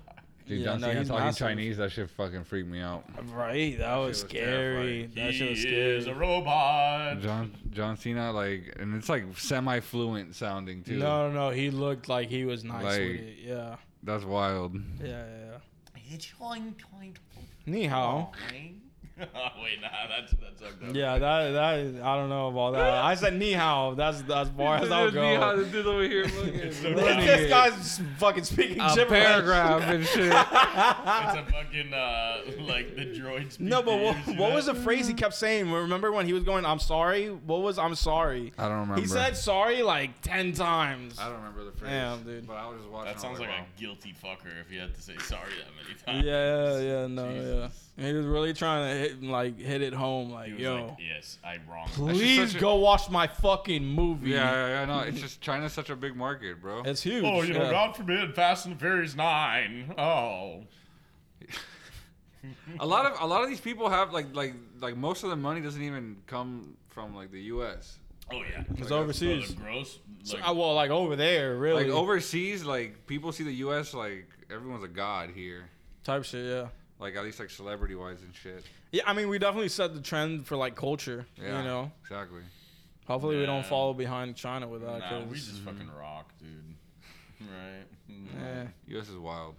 B: Dude,
C: Yeah, John no, Cena he's talking massive. Chinese,
B: That shit fucking freaked me out.
C: Right, that was
B: was scary.
C: scary. That
D: He
C: shit was
D: is a
C: scary.
D: robot.
B: John John Cena, like, and it's like semi-fluent sounding too.
C: No, no, no, he looked like he was nice
B: Like-
C: with it. Yeah,
B: That's wild.
C: yeah, yeah. yeah.
D: It's oink, oink,
C: Ni hao.
D: oink. oh [LAUGHS] wait, nah, that's that's fucked up.
C: Yeah, that that I don't know about that. I said ni hao. That's that's far as I'll go.
B: over here looking.
D: It's a,
C: [LAUGHS] This guy's fucking speaking
B: a
C: gibberish.
B: paragraph and
C: [LAUGHS]
B: shit.
D: it's a fucking uh, like the droids.
C: No, but
D: [LAUGHS]
C: what, what was the phrase he kept saying? Remember when he was going, "I'm sorry." What was "I'm sorry"?
B: I don't remember.
C: He said "sorry" like ten times.
B: I don't remember the phrase.
C: Damn, dude.
B: But I was just watching.
D: That sounds like
B: wow.
D: a guilty fucker if you had to say sorry that many times.
C: Yeah, yeah, no,
D: Jesus.
C: yeah. He was really trying to hit, like hit it home, like
D: He was
C: yo.
D: like, yes, I wrong.
C: Please
B: such a-
C: go watch my fucking movie.
B: Yeah, yeah, yeah, no, it's just China's such a big market, bro.
C: It's huge.
D: Oh, you know,
C: yeah.
D: God forbid, Fast and the Furious Nine. Oh,
B: A lot of a lot of these people have like like like most of the money doesn't even come from like the U.S.
D: oh yeah.
C: It's
B: Like,
D: Bro,
C: overseas.
D: the gross. Like,
C: So, uh, well, like over there, really.
B: Like overseas, like people see the U.S. like everyone's a god here.
C: type shit, yeah.
B: Like at least like celebrity wise and shit.
C: Yeah, I mean, we definitely set the trend for like culture.
B: Yeah,
C: You know,
B: exactly.
C: hopefully we don't
D: Yeah.
C: follow behind China with that.
D: nah,
C: 'cause-
D: we just fucking rock, dude. [LAUGHS] Right?
C: Mm-hmm. yeah,
B: U.S. is wild.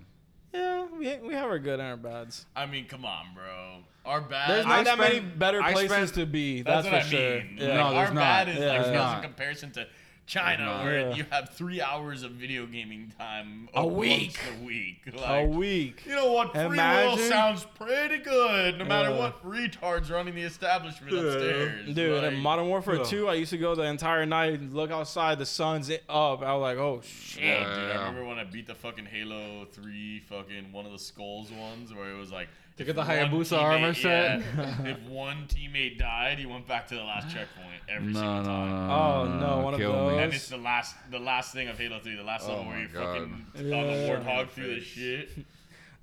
C: yeah, we, we have our good and our bads.
D: I mean, come on, bro. Our bad.
C: There's not
B: I
C: that many
B: spent-
C: better
B: I
C: places
B: spent-
C: to be.
D: That's,
C: That's,
D: what I
C: for sure.
D: mean.
C: Yeah.
B: No,
D: Like,
B: there's
D: our
B: not.
D: bad is
C: Yeah,
D: like
C: there's
D: pales
B: not.
D: in comparison to
B: There's
D: China,
B: not.
D: where
C: Yeah.
D: you have three hours of video gaming time
C: A
D: once
C: week.
D: A week.
C: a
D: Like,
C: week.
D: You know what? Free will
C: Imagine-
D: sounds pretty good, no matter
C: Yeah.
D: what retards running the establishment upstairs.
C: Dude,
D: like,
C: in Modern Warfare 2, I used to go the entire night and look outside, the sun's up. I was like, oh, shit.
D: Yeah, dude,
B: Yeah.
D: I remember when I beat the fucking Halo 3 fucking one of the skulls ones where it was like to
B: get the Hayabusa armor set? [LAUGHS]
D: if one teammate died, he went back to the last checkpoint every single
B: No, no,
D: time.
B: no.
C: Oh, no, one of
B: kill me.
C: those.
D: And it's the last the last thing of Halo 3, the last
B: Oh
D: level where
B: my
D: you're
B: God.
D: fucking on the
C: Yeah.
D: warthog through the shit.
B: [LAUGHS]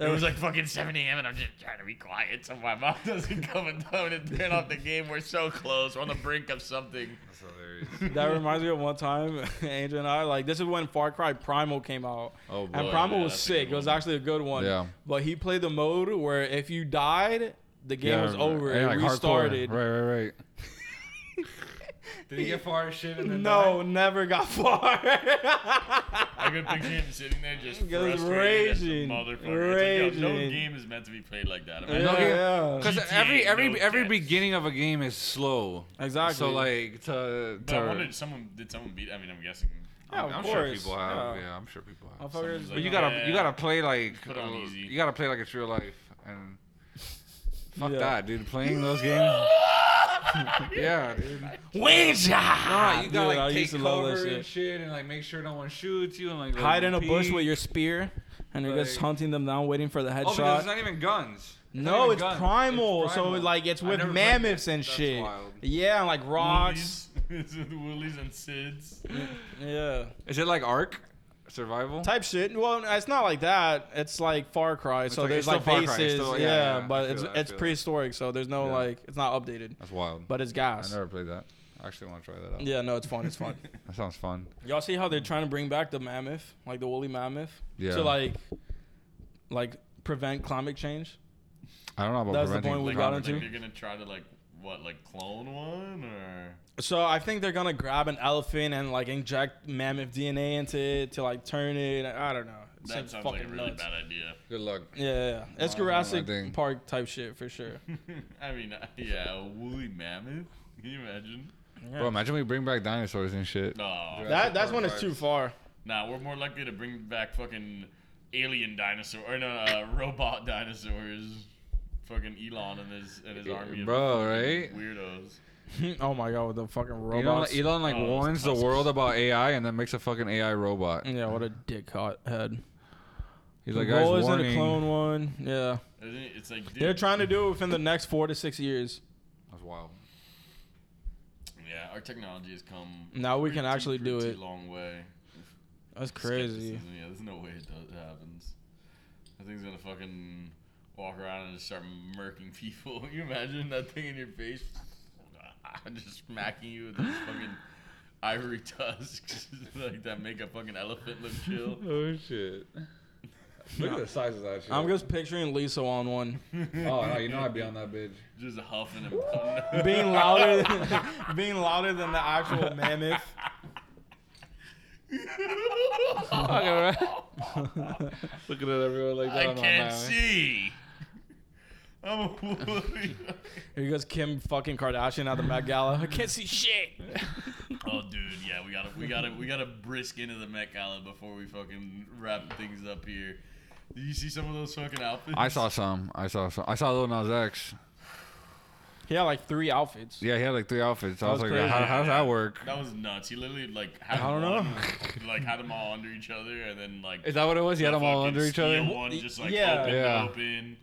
D: It
C: was-
D: was like fucking 7 a.m. and I'm just trying to be quiet so my mom [LAUGHS] doesn't come and tell me to turn off the game. We're so close. We're on the brink of something.
B: That's hilarious.
C: That reminds me of one time, [LAUGHS] Angel and I, like, this is when Far Cry Primal came out.
B: [LAUGHS] Oh, boy.
C: and Primal
D: yeah,
C: was
D: that's a
C: sick.
D: good
C: It was
D: one.
C: actually a good one.
B: Yeah.
C: But he played the mode where if you died, the game was
B: right.
C: over.
B: Yeah,
C: it
B: like hardcore.
C: restarted.
B: Right, right, right. [LAUGHS] Did he get far as shit? And then
C: No,
B: die?
C: never got far. [LAUGHS]
D: I could picture him sitting there just
C: Just
D: frustrated as a
C: raging,
D: motherfucker. It's like, yo,
C: raging.
D: no game is meant to be played like that. I mean,
C: yeah,
B: okay.
C: yeah.
B: Because
D: GTA,
B: every every
D: no
B: every
D: deaths.
B: beginning of a game is slow.
C: Exactly.
B: So like to,
D: But
B: to
D: I wonder, did someone did someone beat? I mean, I'm guessing.
C: yeah, of
B: I'm
C: course.
B: sure people have. Yeah.
C: Yeah.
B: I'm sure people have.
C: Motherfuckers,
D: But
B: But you
D: got-
B: gotta
D: Yeah.
B: you gotta play like
D: Put it on
B: uh,
D: easy.
B: you gotta play like it's real life and fuck
C: Yeah.
B: that, dude. Playing those games. [LAUGHS] yeah, dude. Nah, you
C: Dude,
B: gotta
C: I
B: like
C: used
B: take
C: to love
B: cover
C: that shit.
B: and shit and like make sure no one shoots you and like
C: hide in a bush
B: repeat.
C: with your spear, and you're just
B: Like-
C: hunting them down, waiting for the
B: Oh, because it's
C: headshot.
B: not even guns.
C: no,
B: not even
C: it's
B: guns.
C: primal, so
B: primal.
C: like it's
B: I
C: with
B: never played
C: mammoths
B: that.
C: and
B: That's
C: shit.
B: wild.
C: Yeah, and like rocks.
D: [LAUGHS] Woolies. the Woolies and Sids.
C: Yeah,
B: Is it like Ark survival?
C: type shit. Well, it's not like that. It's like Far Cry, so
B: like-
C: there's
B: it's
C: like
B: still Far Cry,
C: bases.
B: it's still-
C: yeah,
B: yeah, yeah, I
C: but
B: feel
C: it's
B: that, I
C: it's
B: feel that.
C: prehistoric, so there's no
B: Yeah.
C: like it's not updated,
B: That's wild.
C: but it's
B: I
C: gas.
B: never played that. I actually want to try that out.
C: Yeah, no, it's fun. It's
D: [LAUGHS]
B: [LAUGHS]
C: fun.
B: That sounds fun.
C: Y'all see how they're trying to bring back the mammoth, like the woolly mammoth,
B: Yeah.
C: to like, like prevent climate change.
B: I don't know about
C: That's the
B: preventing
C: point we
D: Like,
C: got
D: like
C: into?
D: You're gonna try to like what, like clone one or?
C: So I think they're gonna grab an elephant and like inject mammoth DNA into it to like turn it. I don't know. It
D: That
C: seems
D: sounds like a
C: fucking
D: really
C: nuts.
D: bad idea. [LAUGHS]
B: Good luck.
C: Yeah, yeah, yeah. it's
B: Wow,
C: Jurassic
B: I think-
C: Park type shit for sure.
D: [LAUGHS] I mean, yeah, a woolly mammoth. Can you imagine?
B: Bro, imagine we bring back dinosaurs and shit.
D: No.
C: That that's when it's too far.
D: Nah, we're more likely to bring back fucking alien dinosaur or no, uh, robot [LAUGHS] dinosaurs. Fucking Elon and his and his army, of
B: Bro,
D: fucking
B: right?
D: Weirdos.
C: [LAUGHS] oh my god, with the fucking
B: Elon,
C: robots.
B: Elon like
D: Oh, it's
B: warns the
D: possible.
B: world about AI and then makes a fucking AI robot.
C: yeah, what a dick hot head.
B: He's like, guys,
C: Goal isn't
B: warning.
C: a clone one. Yeah,
D: Isn't it- It's like dude,
C: they're trying to do it within the next four to six years.
B: That's wild.
D: Yeah, our technology has come.
C: Now we can
D: pretty-
C: actually do
D: pretty
C: it.
D: Long way.
C: That's crazy.
D: Skepticism, Yeah, there's no way it does, happens. That thing's gonna fucking walk around and just start murking people. [LAUGHS] Can you imagine that thing in your face? [LAUGHS] just smacking you with
B: [LAUGHS]
D: those fucking ivory tusks [LAUGHS] like that make a fucking elephant look chill.
B: Oh shit. Look at the size of that shit.
C: I'm just picturing Lisa on one,
B: [LAUGHS] Oh no, you know I'd be on that bitch.
D: Just huffing and
B: [LAUGHS]
C: [LAUGHS]
D: puffing.
C: being
D: [LAUGHS]
C: louder, than, [LAUGHS] being louder than the actual [LAUGHS] mammoth.
B: Looking at everyone like
D: I can't see. [LAUGHS] I'm a woolly. [LAUGHS]
C: Here goes Kim fucking Kardashian at the Met Gala. [LAUGHS] I can't see shit.
D: Oh, dude, yeah, we gotta, we gotta, we gotta brisk into the Met Gala before we fucking wrap things up here. Did you see some of those fucking outfits?
B: I saw some. I saw some. I saw Lil Nas X.
C: He had like three outfits.
B: Yeah, he had like three outfits. I was,
C: was
B: like,
C: crazy.
B: how, how does that work?
D: [LAUGHS] That was nuts. He literally like had
C: I don't
D: one,
C: know.
B: [LAUGHS]
D: like had them all under each other, and then like
B: Is that what it was? You had them all under each other.
D: One just like
C: Yeah.
D: open,
B: Yeah.
D: open.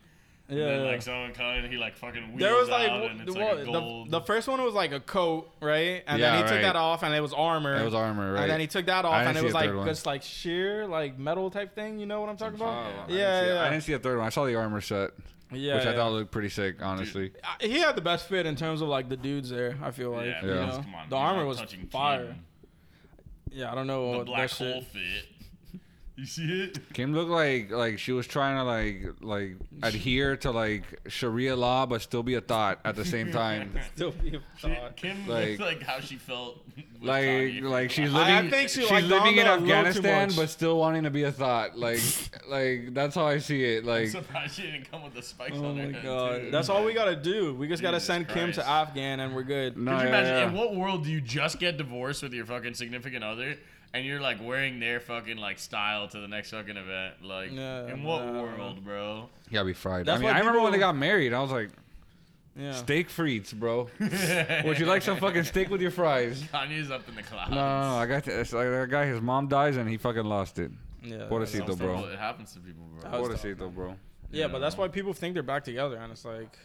C: Yeah.
D: And then, like someone cut, and he like fucking wheels
C: There was like,
D: out,
C: w-
D: and
C: the,
D: it's like
C: the-
D: a gold.
C: the first one was like a coat, right? And
B: Yeah,
C: then he took
B: right.
C: that off, and it was armor.
B: It was armor, right?
C: And then he took that
B: I
C: off,
B: didn't
C: and it
B: see
C: was
B: a
C: like
B: third one.
C: just like sheer like metal type thing. You know what I'm talking
B: Oh,
C: about?
B: I didn't see
C: yeah,
B: it.
C: yeah.
B: I didn't see a third one. I saw the armor set,
C: yeah,
B: which I
C: yeah.
B: thought looked pretty sick, honestly.
C: I- he had the best fit in terms of like the dudes there. I feel like
D: yeah,
C: you
D: because,
C: know?
D: come on,
C: the
D: you're not
C: armor was
D: touching
C: fire.
D: Kim.
C: Yeah, I don't know
D: The
C: what
D: black
C: that
D: hole
C: shit. [LAUGHS]
D: fit. [LAUGHS] You see it?
B: Kim looked like like she was trying to like like adhere to like Sharia law but still be a thought at the same
C: [LAUGHS]
B: time.
C: Still
D: [LAUGHS]
C: be a thought.
D: Kim
B: Like-
D: looked like how she felt. [LAUGHS] with
B: like
D: Kanye.
B: like she's living
C: I- I think she
B: she's
C: liked
B: living in
C: Donda a little too
B: Afghanistan
C: much.
B: but still wanting to be a
C: [LAUGHS]
B: thought. Like like that's how I see it.
D: I'm
B: Like
D: surprised she didn't come with the spikes
C: Oh
D: on her
C: my
D: head,
C: god,
D: too.
C: that's all we gotta do. We just gotta
D: Jesus
C: send Kim to
D: Christ.
C: Afghan, and we're good.
B: no,
D: Could you
B: yeah,
D: imagine?
B: yeah.
D: In what world do you just get divorced with your fucking significant other, and you're like wearing their fucking like style to the next fucking event? Like,
C: Yeah,
D: in what
C: no.
D: world, bro?
B: Yeah, be fried. I
C: That's
B: mean, I
C: why
B: remember when they
C: people-
B: got married. I was like,
C: Yeah.
B: steak frites,
C: [LAUGHS]
B: bro. Would you like some fucking steak with your fries?
D: Kanye's up in the clouds.
B: No, no, no. I got this. I got a guy. His mom dies and he fucking lost it.
C: yeah.
B: What a
C: that's-
B: seat, though,
D: Bro.
B: bro.
D: It happens to people, bro.
C: was
B: What a
C: tough,
B: seat, though, bro.
C: Yeah, but that's why people think they're back together, and it's like,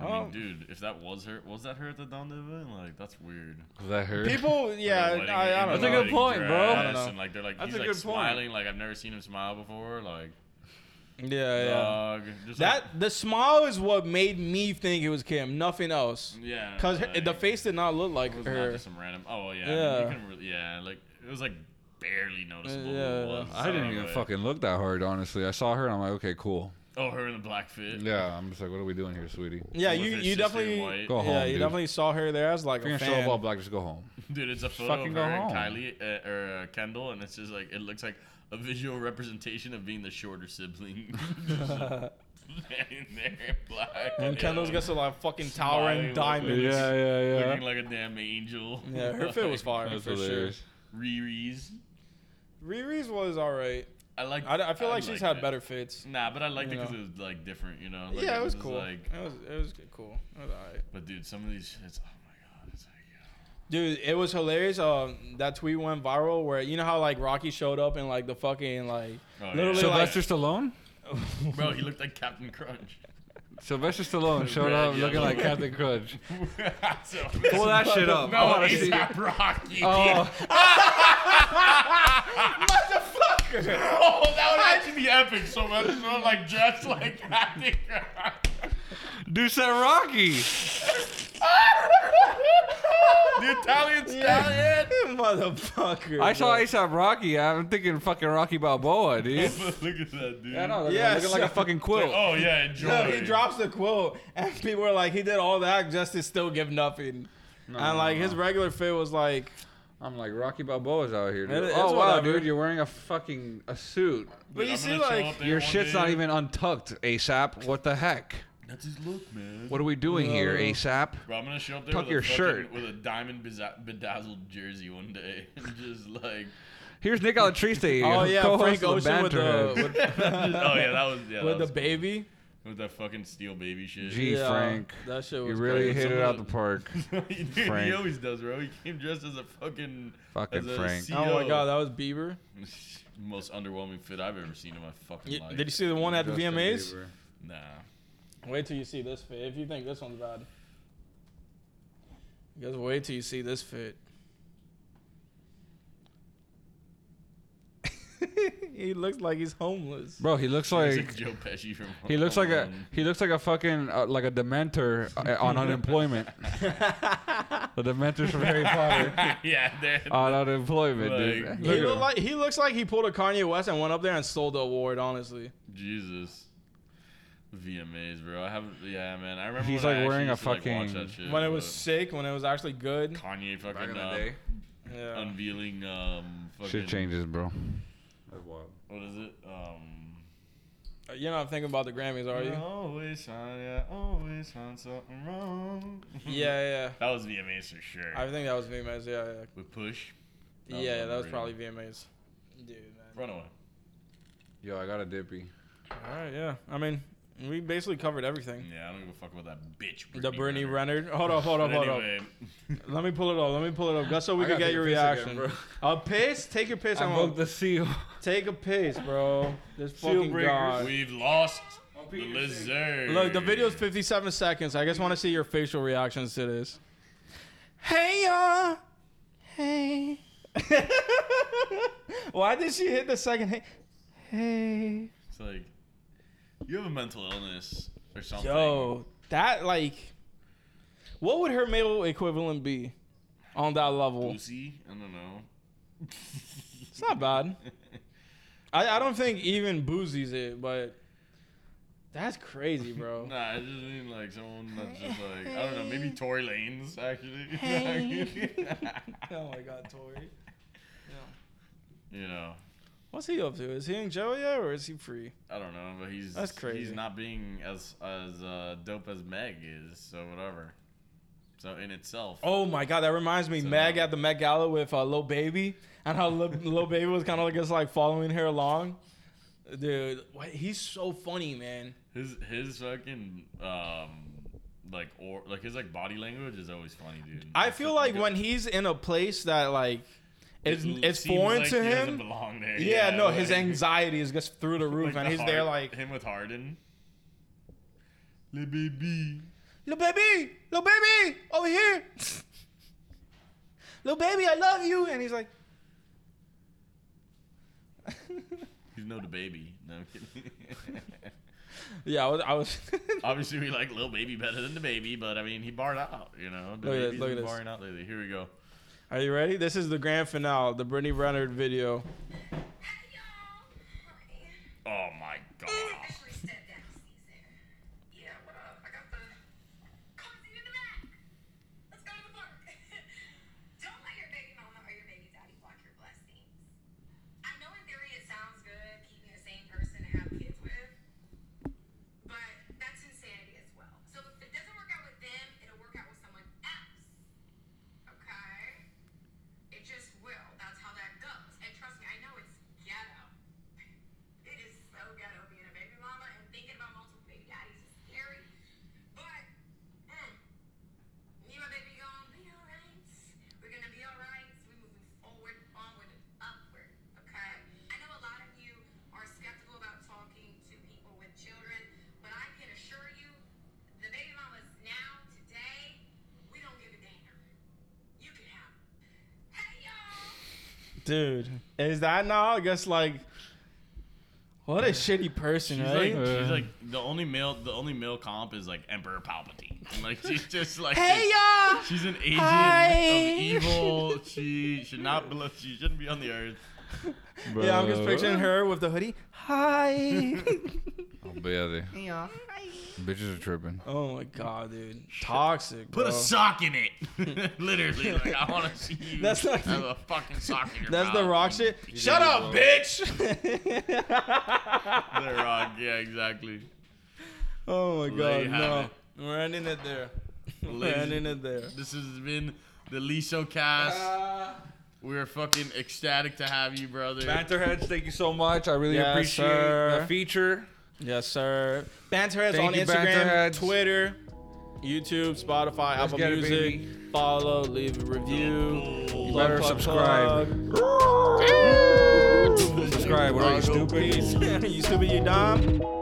C: oh,
D: I mean, dude, if that was her, was that her at the Donda event? Like, that's weird.
B: Was that her?
D: [LAUGHS]
C: people, yeah,
D: Like,
C: I, I don't
B: That's a
C: know.
B: good point, bro. I
C: don't know.
D: And, like, they're like,
C: That's
D: he's
C: a
D: like
C: good point.
D: smiling, like I've never seen him smile before. Like,
C: Yeah, yeah.
D: dog, just like-
C: that the smile is what made me think it was Kim, nothing else.
D: yeah,
C: Cause her-
D: like-
C: the face did not look like
D: It was not
C: her.
D: just some random. Oh yeah, I mean,
C: Yeah.
D: you can really, yeah, like it was like barely noticeable. who
C: yeah,
D: it was.
B: I didn't even
D: But-
B: fucking look that hard, honestly. I saw her and I'm like, okay, cool.
D: Oh, her in the black fit.
B: Yeah, I'm just like, what are we doing here, sweetie?
C: Yeah,
D: With
C: you
D: her
C: you
D: sister in
C: definitely,
D: white.
B: Go home,
C: yeah, you
B: dude.
C: definitely saw her there as like
B: If you're
C: a
B: gonna show up all
C: fan.
B: black, just go [LAUGHS] home.
D: [LAUGHS] Dude, it's a photo
B: fucking
D: of
B: go
D: her
B: home.
D: and Kylie uh, or uh, Kendall, and it's just like it looks like a visual representation of being the shorter sibling. [LAUGHS] Just laying there in black.
C: And
D: yeah,
C: Kendall's got some like fucking towering
D: Smiling
C: diamonds.
D: little
C: Yeah.
B: yeah,
D: looking like a damn angel.
C: her
D: [LAUGHS]
C: fit was fire
B: That's
C: for
B: hilarious.
D: Riri's.
C: sure. Riri's was all right.
D: I like.
C: I, I feel like she's had
D: it.
C: better fits.
D: Nah, but I liked
C: you
D: it because
C: know.
D: it was like different, you know. Like,
C: yeah, it was
D: just,
C: cool.
D: Like,
C: it was it was cool. It was all right.
D: but dude, some of these shits. Oh my god, it's like. yeah.
C: Dude, it was hilarious. Um, that tweet went viral where you know how like Rocky showed up and like the fucking like
D: Oh, yeah.
C: literally like
B: Sylvester Stallone?
D: Bro, he looked like Captain Crunch. [LAUGHS]
B: Sylvester [LAUGHS] Stallone showed up
D: yeah,
B: looking like
D: yeah.
B: Captain Crunch.
D: so,
B: [LAUGHS] Pull that shit [LAUGHS] up. I
D: no,
B: wanna
D: he's
B: see.
D: not Rocky.
B: Oh,
D: Oh, that would actually be epic. So much so, like dressed like [LAUGHS] Captain Crunch.
B: dude said Rocky.
D: The Italian
C: Yeah. motherfucker.
B: I saw
C: bro.
B: ASAP Rocky. I'm thinking fucking Rocky Balboa, dude. [LAUGHS]
D: stuff. [LAUGHS] Look at that, dude.
B: I know, looking,
C: Yeah,
B: looking like a
C: so-
B: fucking quilt.
D: Oh yeah, enjoy.
C: No, he drops the quote, and people are like, he did all that just to still give nothing. and like his
B: Uh-huh.
C: regular fit was like,
B: I'm like Rocky Balboa's out here. Dude.
C: It- it's
B: oh wow,
C: whatever.
B: dude, you're wearing a fucking a suit.
C: but you
D: I'm
C: see,
D: gonna show
C: like,
D: up there
B: Your
D: one
B: shit's
D: day.
B: not even untucked, ASAP. What the heck?
D: That's his look, man.
B: What are we doing here, ASAP?
D: Bro, I'm gonna show up there
B: Tuck
D: with,
B: your
D: a fucking-
B: shirt.
D: with a diamond beza- bedazzled jersey one day, [LAUGHS] and just like,
B: Here's Nick
C: [LAUGHS]
B: Alatriste. [LAUGHS]
C: Oh yeah,
B: co-host
C: Frank
B: of
C: Ocean with
B: Banter
C: the
D: [LAUGHS]
B: Hub.
C: [LAUGHS] [LAUGHS] with,
D: oh yeah, that was yeah,
C: with the
D: that was cool.
C: baby.
D: with that fucking steel baby shit.
B: Gee,
C: Yeah,
B: Frank,
C: that shit
B: you
C: was
B: really
C: crazy.
B: hit it
D: Someone-
B: out the park.
D: [LAUGHS] Dude,
B: Frank.
D: He always does, bro. He came dressed as a fucking
B: Fucking
D: as a
B: Frank.
D: CEO.
C: Oh my god, that was Bieber.
D: [LAUGHS] most underwhelming fit I've ever seen in my fucking
C: Y-
D: life.
C: Did you see the one at the
B: Justin
C: VMAs?
B: Bieber.
D: Nah.
C: [LAUGHS] Wait till you see this fit. If you think this one's bad, you guys wait till you see this fit. [LAUGHS] he looks like he's homeless.
B: Bro, he looks
D: He's
B: like
D: like Joe Pesci from
B: he looks
D: Home
B: like a
D: Alone. [LAUGHS]
B: he looks like a fucking uh, like a dementor uh, on
C: [LAUGHS]
B: unemployment. the dementors from Harry Potter
D: yeah, there.
C: Uh,
B: on unemployment, dude.
D: Like-
B: Look
C: He,
B: at
C: look
B: him.
C: like, he looks like he pulled a Kanye West and went up there and stole the award. Honestly,
D: Jesus. VMAs, bro. I haven't. Yeah, man. I remember
B: He's,
D: when
B: like,
D: I
B: wearing
D: actually
B: a
D: used to, like, watch
B: fucking-
D: that shit,
C: when it was
D: but
C: sick, when it was actually good.
D: Kanye
B: Back in
D: fucking
B: the
D: uh,
B: day,
C: Yeah.
D: unveiling um fucking
B: shit changes, bro. That's wild.
D: What is it? Um.
C: You're not thinking about the Grammys, are you?
D: Always find, yeah, always find something wrong. [LAUGHS]
C: Yeah, yeah.
D: that was VMAs for sure.
C: I think that was VMAs. Yeah, yeah.
D: With push,
C: Yeah,
D: That was
C: yeah, that was
D: underrated.
C: probably VMAs. Dude, man.
D: run away.
B: Yo, I got a dippy.
C: All right, yeah. I mean, we basically covered everything.
D: Yeah, I don't give a fuck about that bitch.
C: the Brittany Renner. Hold up, hold up,
D: But
C: hold
D: anyway,
C: up. Let me pull it up. Let me pull it up, just so we
B: I
C: can
B: gotta
C: get
B: take
C: your
B: a piss
C: reaction.
B: again, bro.
C: A piss? Take your piss.
B: I
C: I'm
B: broke
C: on. [LAUGHS]
B: the seal.
C: Take a piss, bro. This fucking
B: breakers.
C: god.
D: we've lost the lizard.
C: Look, the video's 57 seconds. I just want to see your facial reactions to this. Hey, y'all. Hey. [LAUGHS] Why did she hit the second? Hey. Hey.
D: It's like you have a mental illness or something.
C: Yo, that like, what would her male equivalent be on that level?
D: Lucy. I don't know.
C: It's not bad.
D: [LAUGHS]
C: I, I don't think even Boozy's it, but that's crazy, [LAUGHS] bro.
D: Nah, I just mean like someone that's just like I don't know. Maybe Tory Lanes actually. [LAUGHS]
C: oh my god, Tori.
D: you know.
C: What's he up to? Is he in jail yet, or is he free?
D: I don't know, but he's
C: That's crazy.
D: He's not being as as uh, dope as Meg is, so whatever. So in itself,
C: Oh my god, that reminds me,
D: So
C: Meg
D: now-
C: at the Met Gala with uh, Lil Baby, and how Lil, [LAUGHS] Lil Baby was kind of like just like following her along. Dude, what, he's so funny, man.
D: his his fucking um like or like his like body language is always funny, dude.
C: I feel like when he's in a place that like it's
D: It
C: it's
D: seems
C: foreign
D: like
C: to
D: he doesn't
C: him.
D: belong there.
C: Yeah, no, his
D: like-
C: anxiety is just through [LAUGHS] the roof, and
D: like the
C: he's there
D: Hard-
C: like,
D: him with Harden. Le baby.
C: "Little baby, little baby, over here, little baby, I love you," and he's like,
D: He's no the baby. No I'm kidding. [LAUGHS]
C: "Yeah, I was, I was." [LAUGHS]
D: Obviously, we like Lil Baby better than the baby, but I mean, he barred out, you know. The
C: Look at this,
D: baby's
C: look
D: been
C: at this.
D: barring out lately. Here we go.
C: Are you ready? This is the grand finale, the Brittany Renner video.
D: Oh my god.
G: It just will. That's how that goes. And trust me, I know it's ghetto. It is so ghetto being a baby mama and thinking about multiple baby daddies is scary. But mm, me and my baby gonna be alright. We're gonna be alright. We're moving forward, onward, and upward. Okay. I know a lot of you are skeptical about talking to people with children, but I can assure you, the baby mamas now, today, we don't give a damn. You can have. 'em. Hey y'all.
C: Dude, is that now? I guess like, what a shitty person,
D: She's
C: right? Uh.
D: like, she's like the only male. The only male comp is like Emperor Palpatine. [LAUGHS] Like she's just like
E: Hey, y'all.
D: she's an agent
E: Hi.
D: of evil. She should not. Be, she shouldn't be on the earth.
C: yeah, I'm just
B: Bro.
C: picturing her with the hoodie. [LAUGHS] Hi.
B: Oh, baby. Bitches are tripping.
C: oh my god, dude, toxic. bro.
D: Put a sock in it. [LAUGHS] Literally, like I want to
C: [LAUGHS]
D: see you.
C: That's not-
D: have a fucking sock in your
C: That's the
D: mouth.
C: rock shit. Shut
D: gotta
C: up, bitch.
D: The rock. Yeah, exactly.
C: Oh my
D: There
C: god,
D: you
C: no.
D: have
C: We're ending it there. We're
D: Ladies-
C: ending it there.
D: This has been the Liso cast.
B: Uh,
D: We're fucking ecstatic to have you, brother.
B: Banterheads, thank you so much. I really
C: Yes,
B: appreciate
C: sir.
B: the feature.
C: Yes, sir. Banterheads
B: Thank
C: on
B: you,
C: Instagram,
B: Banterheads.
C: Twitter, YouTube, Spotify, Apple
B: get it,
C: Music.
B: baby.
C: Follow, leave a review. You
B: better subscribe. Subscribe, what are you, stupid?
C: [LAUGHS] you stupid, you dumb.